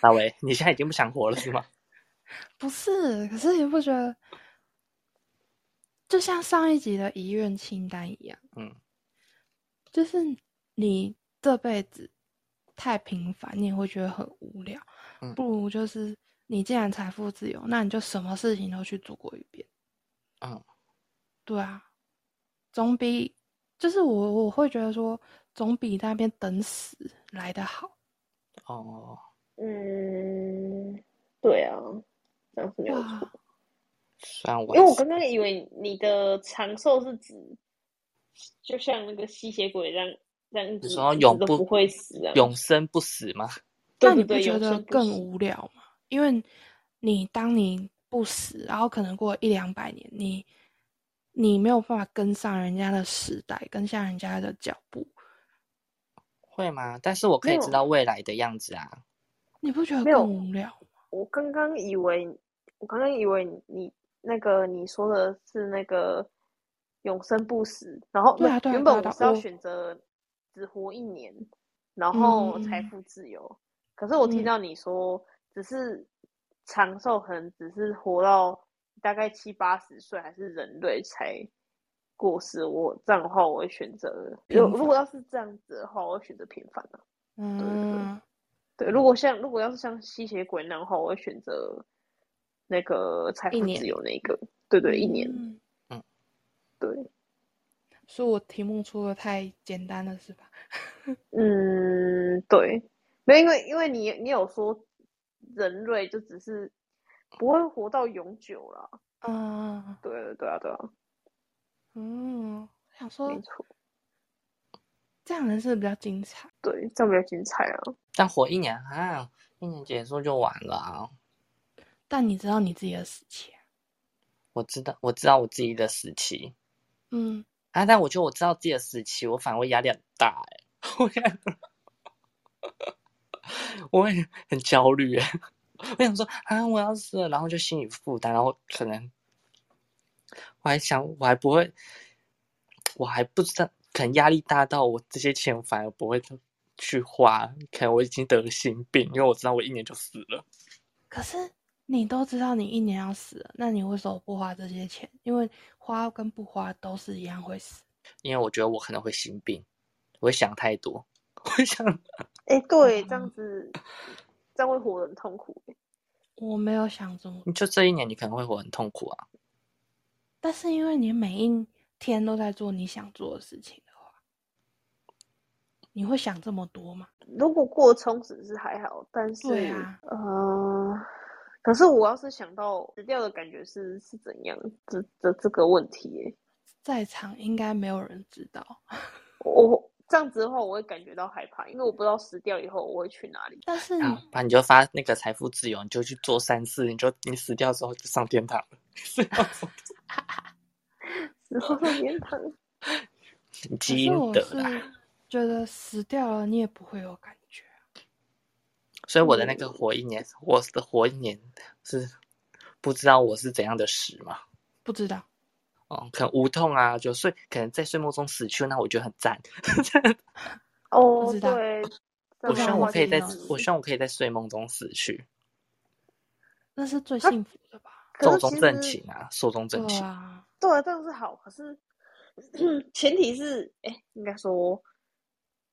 Speaker 1: 大伟，你现在已经不想活了是吗？
Speaker 3: 不是，可是你不觉得，就像上一集的遗愿清单一样，
Speaker 1: 嗯，
Speaker 3: 就是你这辈子太平凡，你也会觉得很无聊，
Speaker 1: 嗯
Speaker 3: 不如就是你既然财富自由，那你就什么事情都去做过一遍，
Speaker 1: 嗯，
Speaker 3: 对啊，总比就是我我会觉得说，总比在那边等死来得好。
Speaker 1: 哦，
Speaker 2: 嗯，对啊，这样是没有错。
Speaker 3: 哇，
Speaker 1: 虽然我
Speaker 2: 因为
Speaker 1: 还
Speaker 2: 我
Speaker 1: 是
Speaker 2: 刚刚以为你的长寿是指，就像那个吸血鬼这样，这样子
Speaker 1: 你说
Speaker 2: 一直
Speaker 1: 永
Speaker 2: 都
Speaker 1: 不
Speaker 2: 不会死啊，
Speaker 1: 永生不死吗？
Speaker 2: 对
Speaker 3: 那你
Speaker 2: 对对，
Speaker 3: 不觉
Speaker 2: 永
Speaker 3: 得
Speaker 2: 生不
Speaker 3: 更
Speaker 2: 死
Speaker 3: 无聊吗？因为你当你不死，然后可能过了一两百年，你你没有办法跟上人家的时代，跟上人家的脚步，
Speaker 1: 会吗？但是我可
Speaker 2: 没
Speaker 1: 以
Speaker 2: 有
Speaker 1: 知道未来的样子啊。
Speaker 3: 你不觉得
Speaker 2: 没有
Speaker 3: 更无聊？
Speaker 2: 我刚刚以为，我刚刚以为你那个你说的是那个永生不死，然后
Speaker 3: 对啊对啊
Speaker 2: 原
Speaker 3: 对啊
Speaker 2: 本
Speaker 3: 对
Speaker 2: 我
Speaker 3: 啊
Speaker 2: 是要
Speaker 3: 我
Speaker 2: 选择只活一年，然
Speaker 3: 嗯
Speaker 2: 后
Speaker 3: 嗯
Speaker 2: 财
Speaker 3: 嗯
Speaker 2: 富自由。可是我听
Speaker 3: 嗯
Speaker 2: 到你说，只是长寿，可能只是活到大概七八十岁，还是人类才过世。我这样的话，我会选择，
Speaker 3: 平
Speaker 2: 如如果
Speaker 3: 凡
Speaker 2: 要是这样子的话，我会选择平凡啊。
Speaker 3: 嗯，
Speaker 2: 对，如果像如果要是像吸血鬼那样的话，我会选择那个财
Speaker 3: 一
Speaker 2: 富
Speaker 3: 年
Speaker 2: 自由那一个。对对，一年。
Speaker 3: 嗯
Speaker 2: 对，
Speaker 3: 所以我题目出的太简单了，是吧？
Speaker 2: 嗯，对，没有，因为因为你你有说人类就只是不会活到永久啦。
Speaker 3: 嗯
Speaker 2: 对对啊对啊，
Speaker 3: 嗯，想
Speaker 2: 没
Speaker 3: 说
Speaker 2: 错，
Speaker 3: 这样人是比较精彩。
Speaker 2: 对，这样比较精彩啊。
Speaker 1: 但活一年啊，一年结束就完了啊。
Speaker 3: 但你知道你自己的死期啊、
Speaker 1: 我知道，我知道我自己的死期
Speaker 3: 嗯，
Speaker 1: 啊，但我觉得我知道自己的死期，我反而会压力很大哎、 (laughs) 我压力很我会很焦虑哎、 (laughs) 我想说啊，我要死了，然后就心理负担，然后可能我还想，我还不会，我还不知道，可能压力大到我这些钱反而不会去花，可能我已经得了心病，因为我知道我一年就死了。
Speaker 3: 可是你都知道你一年要死了，那你为什么不花这些钱？因为花跟不花都是一样会死。
Speaker 1: 因为我觉得我可能会心病，我会想太多， (laughs) 我会想
Speaker 2: 哎，对，这样子
Speaker 3: 嗯
Speaker 2: 这样会活得很痛苦欸。
Speaker 3: 我没有想这么多，
Speaker 1: 你就这一年你可能会活很痛苦啊。
Speaker 3: 但是因为你每一天都在做你想做的事情的话，你会想这么多吗？
Speaker 2: 如果过得充实是还好，但是
Speaker 3: 对啊，
Speaker 2: 呃，可是我要是想到死掉的感觉是是怎样，这这这个问题耶，
Speaker 3: 在场应该没有人知道，
Speaker 2: 我这样子的话，我会感觉到害怕，因为我不知道死掉以后我会去哪里。
Speaker 3: 但是你
Speaker 1: 然后把你就发那个财富自由，你就去做善事，你就你死掉之后就上天堂了，死掉之后
Speaker 2: 死后上天堂，
Speaker 1: 你
Speaker 3: 可
Speaker 1: 基
Speaker 3: 是
Speaker 1: 因
Speaker 3: 我
Speaker 1: 得
Speaker 3: 是
Speaker 1: 啦。
Speaker 3: 觉得死掉了你也不会有感觉啊，
Speaker 1: 所以我的那
Speaker 3: 嗯
Speaker 1: 个活一年，我的活一年是不知道我是怎样的死嘛。
Speaker 3: 不知道。
Speaker 1: 哦，可能无痛啊，就睡，可能在睡梦中死去，那我觉得很赞。
Speaker 2: 哦
Speaker 3: (laughs) 不，知道
Speaker 2: 对，
Speaker 1: 我
Speaker 2: 这样
Speaker 1: 希
Speaker 2: 的
Speaker 1: 望
Speaker 2: 话
Speaker 1: 我可以在
Speaker 2: 就，是
Speaker 1: 我希望我可以在睡梦中死去，
Speaker 3: 那是最幸福的吧？
Speaker 2: 可
Speaker 1: 寿
Speaker 2: 是
Speaker 1: 终
Speaker 2: 其
Speaker 1: 正
Speaker 2: 实
Speaker 1: 寝啊，寿终正
Speaker 3: 对
Speaker 1: 寝。
Speaker 3: 啊，
Speaker 2: 对啊，这样是好，可是 (coughs) 前提是，哎、应该说，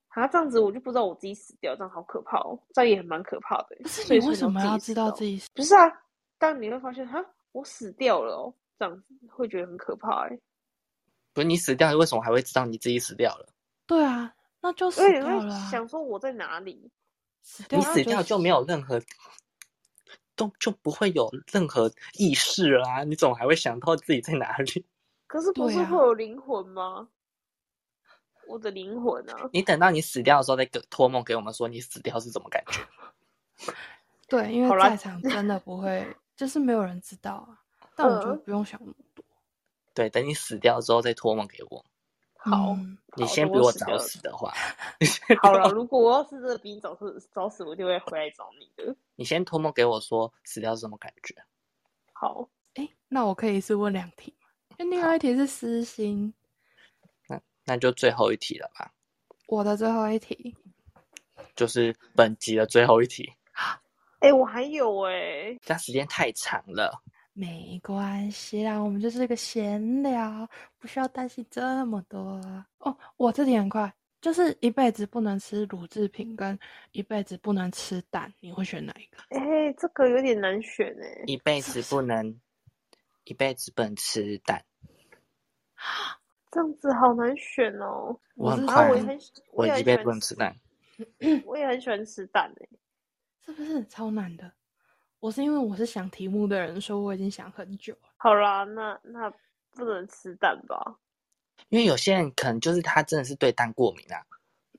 Speaker 2: 啊，这样子我就不知道我自己死掉，这样好可怕哦，这样也蛮可怕的。
Speaker 3: 可是
Speaker 2: 所以
Speaker 3: 你
Speaker 2: 说
Speaker 3: 为什么要
Speaker 2: 要
Speaker 3: 知道
Speaker 2: 死
Speaker 3: 自
Speaker 2: 哦？
Speaker 3: 己
Speaker 2: 不是啊，但你会发现，哈，我死掉了哦，这样子，会觉得很可怕哎、
Speaker 1: 不是你死掉，为什么还会知道你自己死掉了？
Speaker 3: 对啊，那就死
Speaker 2: 因为你
Speaker 3: 掉了
Speaker 2: 会
Speaker 3: 啊、
Speaker 2: 想说我在哪里？
Speaker 3: 死掉
Speaker 1: 你
Speaker 3: 了
Speaker 1: 死掉就没有任何，都就不会有任何意识了啊！你怎么还会想到自己在哪里？ (laughs)
Speaker 2: 可是不
Speaker 3: 对
Speaker 2: 是
Speaker 3: 啊
Speaker 2: 会有灵魂吗？我的灵魂
Speaker 3: 嗯
Speaker 2: 啊，
Speaker 1: 你等到你死掉的时候再给托梦给我们说你死掉是怎么感觉？
Speaker 3: 对，因
Speaker 2: 好
Speaker 3: 为
Speaker 2: 啦
Speaker 3: 在场真的不会，就是没有人知道啊。但我觉得
Speaker 2: 嗯
Speaker 3: 不用想那么多。
Speaker 1: 对，等你死掉之后再托梦给我。
Speaker 2: 好
Speaker 3: 嗯
Speaker 1: 你
Speaker 2: 好
Speaker 1: 先
Speaker 2: 等
Speaker 1: 比
Speaker 2: 我
Speaker 1: 我
Speaker 2: 哦死掉
Speaker 1: 早
Speaker 2: 了
Speaker 1: 死 (laughs) 的话，
Speaker 2: 好了，如果我要是真的比你早死早死，我就会回来找你的。
Speaker 1: 你先托梦给我说死掉是什么感觉？
Speaker 2: 好，
Speaker 3: 哎、那我可以一次问两题吗？因为另
Speaker 1: 好
Speaker 3: 外一题是私心，
Speaker 1: 那就最后一题了吧，
Speaker 3: 我的最后一题。
Speaker 1: 就是本集的最后一题。
Speaker 2: 哎、我还有哎、
Speaker 1: 但时间太长了，
Speaker 3: 没关系啦，我们就是个闲聊，不需要担心这么多哦。我这题很快，就是一辈子不能吃乳制品，跟一辈子不能吃蛋，你会选哪一个？
Speaker 2: 哎、这个有点难选哎、
Speaker 1: 一辈子不能，一辈子不能吃蛋。
Speaker 2: 这样子好难选哦。
Speaker 1: 我很
Speaker 3: 是
Speaker 1: 快欸
Speaker 2: 啊，
Speaker 1: 乐
Speaker 2: 我也
Speaker 3: 蛋
Speaker 2: 很喜，
Speaker 1: 我
Speaker 2: 也
Speaker 1: 一
Speaker 2: 很
Speaker 1: 辈
Speaker 2: 喜
Speaker 1: 子不能
Speaker 2: 欢
Speaker 1: 吃蛋。
Speaker 2: 我也很喜欢吃蛋哎、
Speaker 3: 是不是超难的？我是因为我是想题目的人，所以我已经想很久了。
Speaker 2: 好啦，那那不能吃蛋吧？
Speaker 1: 因为有些人可能就是他真的是对蛋过敏啊，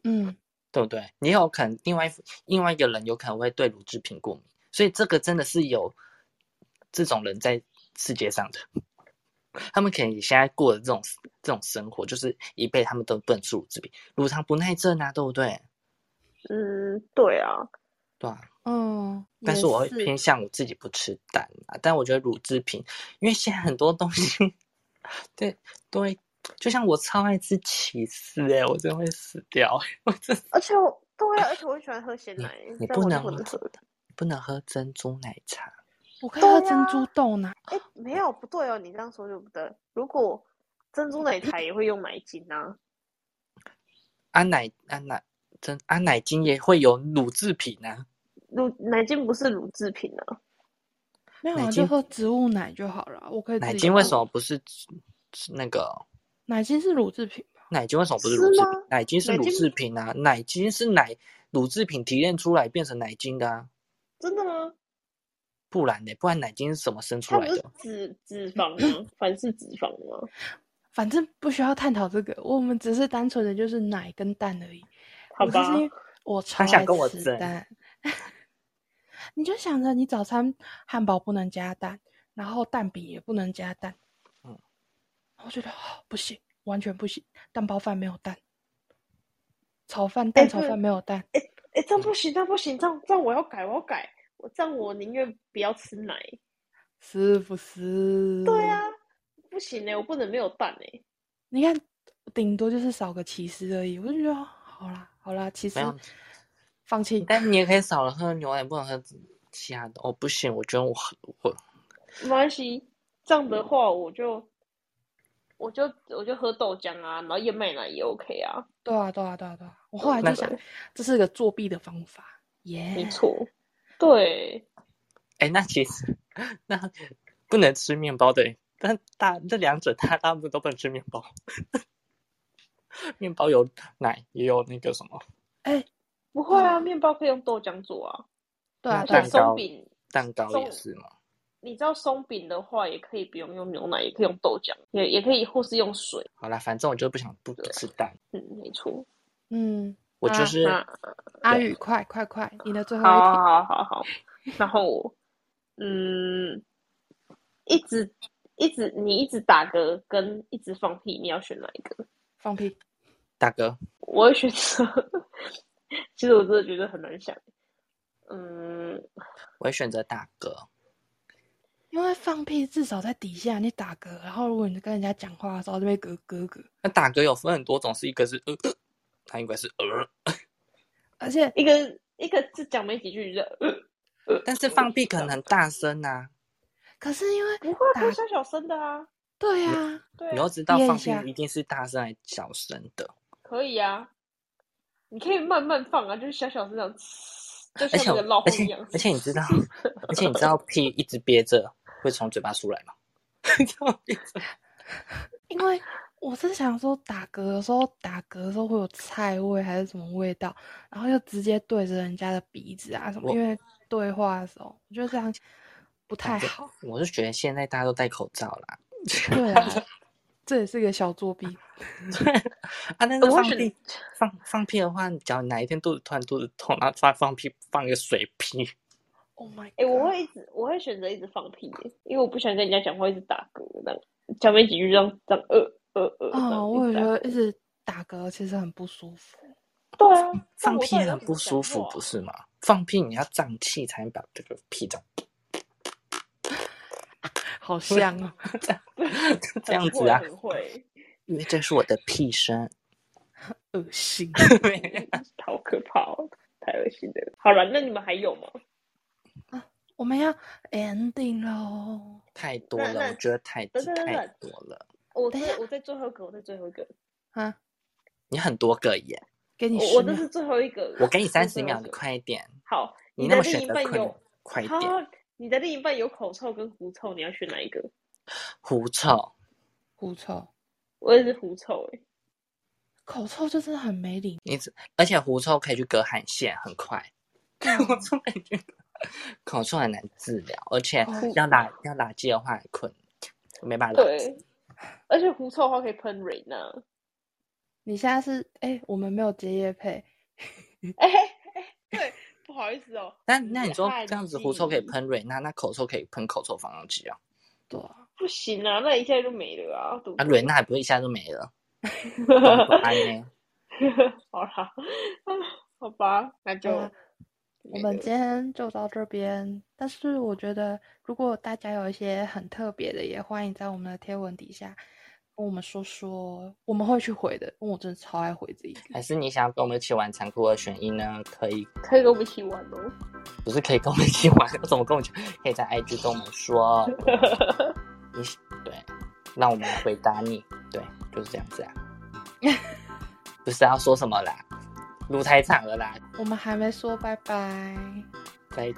Speaker 3: 嗯，
Speaker 1: 对不对？也有可能另外一另外一个人有可能会对乳制品过敏，所以这个真的是有这种人在世界上的，他们可能也现在过的这种这种生活，就是一辈他们都不能吃乳制品，乳糖不耐症啊，对不对？
Speaker 2: 嗯，对啊，
Speaker 1: 对啊，
Speaker 3: 嗯，
Speaker 1: 但
Speaker 3: 也
Speaker 1: 是我会偏向我自己不吃蛋啊，但我觉得乳制品，因为现在很多东西，对对，就像我超爱吃起司诶、我真的会死掉、我真
Speaker 2: 而且我对啊，而且我很喜欢喝鲜奶欸，
Speaker 1: 你
Speaker 2: 但
Speaker 1: 不
Speaker 2: 我就
Speaker 1: 能
Speaker 2: 不能
Speaker 1: 喝
Speaker 2: 喝。
Speaker 1: 不能喝珍珠奶茶，
Speaker 3: 我可以喝
Speaker 2: 对
Speaker 3: 珍
Speaker 2: 啊
Speaker 3: 珠豆奶，
Speaker 2: 哎、没有不对哦，你这样说就不对。如果珍珠奶茶也会用奶精啊，
Speaker 1: 安奶安奶珍安奶精也会有乳制品啊，
Speaker 2: 乳奶精不是乳制品啊，
Speaker 3: 没有
Speaker 1: 奶
Speaker 3: 啊，
Speaker 1: 精
Speaker 3: 就喝植物奶就好了。我可以自
Speaker 1: 奶
Speaker 3: 己
Speaker 1: 精为
Speaker 2: 哦
Speaker 3: 做
Speaker 1: 什么？不是是那个？
Speaker 3: 奶精是乳制品吧？
Speaker 1: 奶精为什么不是
Speaker 2: 是
Speaker 1: 乳制
Speaker 2: 吗
Speaker 1: 品？奶精是
Speaker 2: 奶
Speaker 1: 乳
Speaker 2: 精
Speaker 1: 制品啊，奶精是奶乳制品提炼出来变成奶精的啊，
Speaker 2: 真的吗？
Speaker 1: 不然呢？不然奶精是怎么生出
Speaker 2: 它
Speaker 1: 来
Speaker 2: 不是
Speaker 1: 的？
Speaker 2: 脂脂肪吗？凡是脂肪吗？
Speaker 3: 反正不需要探讨这个，我们只是单纯的就是奶跟蛋而已。
Speaker 2: 好
Speaker 3: 我就
Speaker 2: 吧
Speaker 3: 是，因为我超
Speaker 1: 他想
Speaker 3: 爱
Speaker 1: 跟我
Speaker 3: 吃
Speaker 1: 争
Speaker 3: 蛋。 (laughs) 你就想着你早餐汉堡不能加蛋，然后蛋饼也不能加蛋。
Speaker 1: 嗯，
Speaker 3: 我觉得、哦、不行，完全不行。蛋包饭没有蛋，炒饭蛋
Speaker 2: 哎
Speaker 3: 炒
Speaker 2: 不是
Speaker 3: 饭没有蛋。
Speaker 2: 哎、这样不行，这样不行，这样这样我要改，我要改，我这样我宁愿不要吃奶。
Speaker 3: 是不是？
Speaker 2: 对啊，，
Speaker 1: 嗯
Speaker 2: 不行呢、欸我不能没有蛋哎、
Speaker 3: 你看，顶多就是少个起司而已。我就觉得好啦，好啦，其实
Speaker 1: 没有
Speaker 3: 放弃。
Speaker 1: 但你也可以少了喝牛奶，不能喝其他的。哦，不行，我觉得我我
Speaker 2: 没关系，这样的话我就我就我就喝豆浆啊，然后燕麦奶也 OK 啊，
Speaker 3: 对啊，对啊，对啊，对啊。我后来
Speaker 1: 那
Speaker 3: 就想，这是个作弊的方法。耶、
Speaker 2: 没
Speaker 1: (laughs)
Speaker 2: 错，对。
Speaker 1: 哎，那其实那不能吃面包对，但大这两者大大部分都不能吃面包。 (laughs) 面包有奶，也有那个什么
Speaker 2: 不会啊，面包可以用豆浆做啊，
Speaker 3: 对啊，
Speaker 1: 那
Speaker 3: 对
Speaker 2: 而
Speaker 3: 啊
Speaker 2: 且
Speaker 1: 蛋糕
Speaker 2: 松饼，
Speaker 1: 蛋糕也
Speaker 2: 松
Speaker 1: 是嘛。
Speaker 2: 你知道松饼的话，也可以不用用牛奶，也可以用豆浆，也也可以或是用水。
Speaker 1: 好啦，反正我就不想不不吃蛋，
Speaker 2: 嗯，没错。
Speaker 3: 嗯，
Speaker 1: 我就
Speaker 3: 那
Speaker 1: 是
Speaker 2: 那
Speaker 3: 阿
Speaker 1: 对
Speaker 3: 宇，快快快，你的最后
Speaker 2: 好
Speaker 3: 一题，
Speaker 2: 好好好，然后我嗯，一直一直你一直打嗝跟一直放屁，你要选哪一个？
Speaker 3: 放屁。
Speaker 1: 大哥，
Speaker 2: 我会选择， (laughs) 其实我真的觉得很难想。嗯，
Speaker 1: 我会选择大哥。
Speaker 3: 因为放屁至少在底下你打嗝，然后如果你跟人家讲话的时候这边咯咯咯，
Speaker 1: 那打嗝有分很多种，是一个是呃，它应该是呃，
Speaker 3: 而且
Speaker 2: 一个一个字讲没几句就呃呃
Speaker 1: 但是放屁可能很大声啊呐、
Speaker 3: 可是因为
Speaker 2: 不会啊，
Speaker 3: 打
Speaker 2: 都小小声的啊。
Speaker 3: 对呀、
Speaker 2: 对
Speaker 1: 你
Speaker 2: 啊
Speaker 1: 要，知道
Speaker 3: 憋一
Speaker 1: 放屁
Speaker 3: 下
Speaker 1: 一定是大声还是小声的。
Speaker 2: 可以啊，你可以慢慢放啊，就是小小声这样，就
Speaker 1: 而
Speaker 2: 像
Speaker 1: 且
Speaker 2: 那
Speaker 1: 我
Speaker 2: 个老
Speaker 1: 而
Speaker 2: 虎一
Speaker 1: 且
Speaker 2: (laughs) 样。
Speaker 1: 而且你知道，而且你知道屁一直憋着会从嘴巴出来吗？ (laughs) 这样变成
Speaker 3: 因为我是想说打嗝，有时候打嗝的时候会有菜味还是什么味道，然后又直接对着人家的鼻子啊什么，
Speaker 1: 我
Speaker 3: 因为对话的时候，我觉得这样不太
Speaker 1: 反
Speaker 3: 好。
Speaker 1: 我是觉得现在大家都戴口罩啦，
Speaker 3: 对啊，这也是一个小作弊。
Speaker 1: 啊，但是
Speaker 2: 呃我
Speaker 1: 放
Speaker 2: 选
Speaker 1: 屁放放屁的话，假如哪一天肚子突然肚子痛，然后突然放屁放一个水屁，
Speaker 3: Oh my，
Speaker 2: 哎、我会一直，我会选择一直放屁耶，因为我不喜欢跟人家讲话，一直打嗝，这样讲没几句这样这样呃呃呃。这
Speaker 3: 啊、
Speaker 1: 哦
Speaker 2: 样
Speaker 3: 我
Speaker 2: 一
Speaker 3: 也
Speaker 2: 直
Speaker 3: 觉
Speaker 2: 打
Speaker 3: 得
Speaker 2: 嗝
Speaker 3: 一直打嗝其实很不舒服。
Speaker 2: 对啊，
Speaker 1: 放屁很不舒服，不
Speaker 2: 是？
Speaker 1: 是吗？放屁你要胀气才能把这个屁 (laughs) 胀，
Speaker 3: 好香啊！
Speaker 1: 这样子啊
Speaker 2: 很会，很会
Speaker 1: 因为这是我的屁
Speaker 2: (laughs)
Speaker 1: 声。
Speaker 3: 恶心。
Speaker 2: 好可怕哦，太恶心了。好了，那你们还有吗？
Speaker 3: (laughs) 我们要 ending 喽。
Speaker 1: 太多
Speaker 2: 那
Speaker 1: 了，
Speaker 2: 那
Speaker 1: 我觉得太
Speaker 2: 等等等
Speaker 1: 太
Speaker 2: 等
Speaker 1: 多了。
Speaker 2: 我
Speaker 3: 等
Speaker 2: 最
Speaker 3: 一下
Speaker 2: 我在最后一个，我在最后一个，
Speaker 3: 啊，
Speaker 1: 你很多个耶，
Speaker 3: 给你
Speaker 2: 我我这
Speaker 3: 十秒。
Speaker 2: 是最后一个。
Speaker 1: 我给你
Speaker 2: 这是
Speaker 1: 三
Speaker 2: 最
Speaker 1: 十
Speaker 2: 后
Speaker 1: 秒，
Speaker 2: 一
Speaker 1: 你
Speaker 2: 个。
Speaker 1: 快一点。
Speaker 2: 好，
Speaker 1: 你
Speaker 2: 你
Speaker 1: 那
Speaker 2: 的
Speaker 1: 么
Speaker 2: 另
Speaker 1: 选
Speaker 2: 一
Speaker 1: 择
Speaker 2: 半
Speaker 1: 困难
Speaker 2: 有，
Speaker 1: 快一
Speaker 2: 好
Speaker 1: 点。，
Speaker 2: 你的另一半有口臭跟狐臭，你要选哪一个？
Speaker 1: 狐臭，
Speaker 3: 狐臭，
Speaker 2: 我也是狐臭哎、
Speaker 3: 口臭就真的很没礼
Speaker 1: 你只而且狐臭可以去隔汗腺，很
Speaker 2: (laughs)
Speaker 1: 快。
Speaker 2: 嗯
Speaker 1: 口臭感觉口臭很难治疗，而且
Speaker 3: 哦
Speaker 1: 要拉要拉圾的话很困难，没办法拉。
Speaker 2: 对，而且狐臭的话可以喷蕊呢。
Speaker 3: 你现在是哎、我们没有接叶配，
Speaker 2: 哎、哎对，不好意思哦，
Speaker 1: 那那你说
Speaker 2: 汗
Speaker 1: 这样子狐臭可以
Speaker 2: 剂
Speaker 1: 喷瑞娜，那口臭可以喷口臭防狼剂哦。
Speaker 3: 对啊，
Speaker 2: 不行啊，那一下就没了啊，对不 (laughs)
Speaker 1: 那
Speaker 2: 对
Speaker 1: 瑞娜还不会一下就没了？怎么办呢？ (laughs)
Speaker 2: 好啦， (laughs) 好吧，那就
Speaker 3: 好啦我们今天就到这边。但是我觉得，如果大家有一些很特别的，也欢迎在我们的贴文底下跟我们说说，我们会去回的。因为我真的超爱回这一个。
Speaker 1: 还是你想要跟我们一起玩残酷二选一呢？可以，
Speaker 2: 可以跟我们一起玩哦。
Speaker 1: 不是可以跟我们一起玩？ (laughs) 怎么跟我们讲？可以在 IG 跟我们说，你对，让我们来回答你。对，就是这样子啊。不是要说什么啦，录太长了啦，
Speaker 3: 我们还没说拜拜，
Speaker 1: 再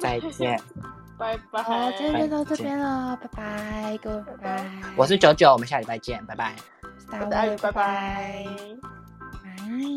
Speaker 1: 再见。 (laughs)
Speaker 2: 拜拜，
Speaker 3: 好，哦今天就到这
Speaker 1: 再见
Speaker 3: 边了，拜拜，各位拜拜，
Speaker 1: 我是九九，我们下礼拜见，拜拜。
Speaker 3: 大
Speaker 2: 大
Speaker 3: 卫，
Speaker 2: 家拜
Speaker 3: 拜，
Speaker 2: 拜。
Speaker 3: 拜。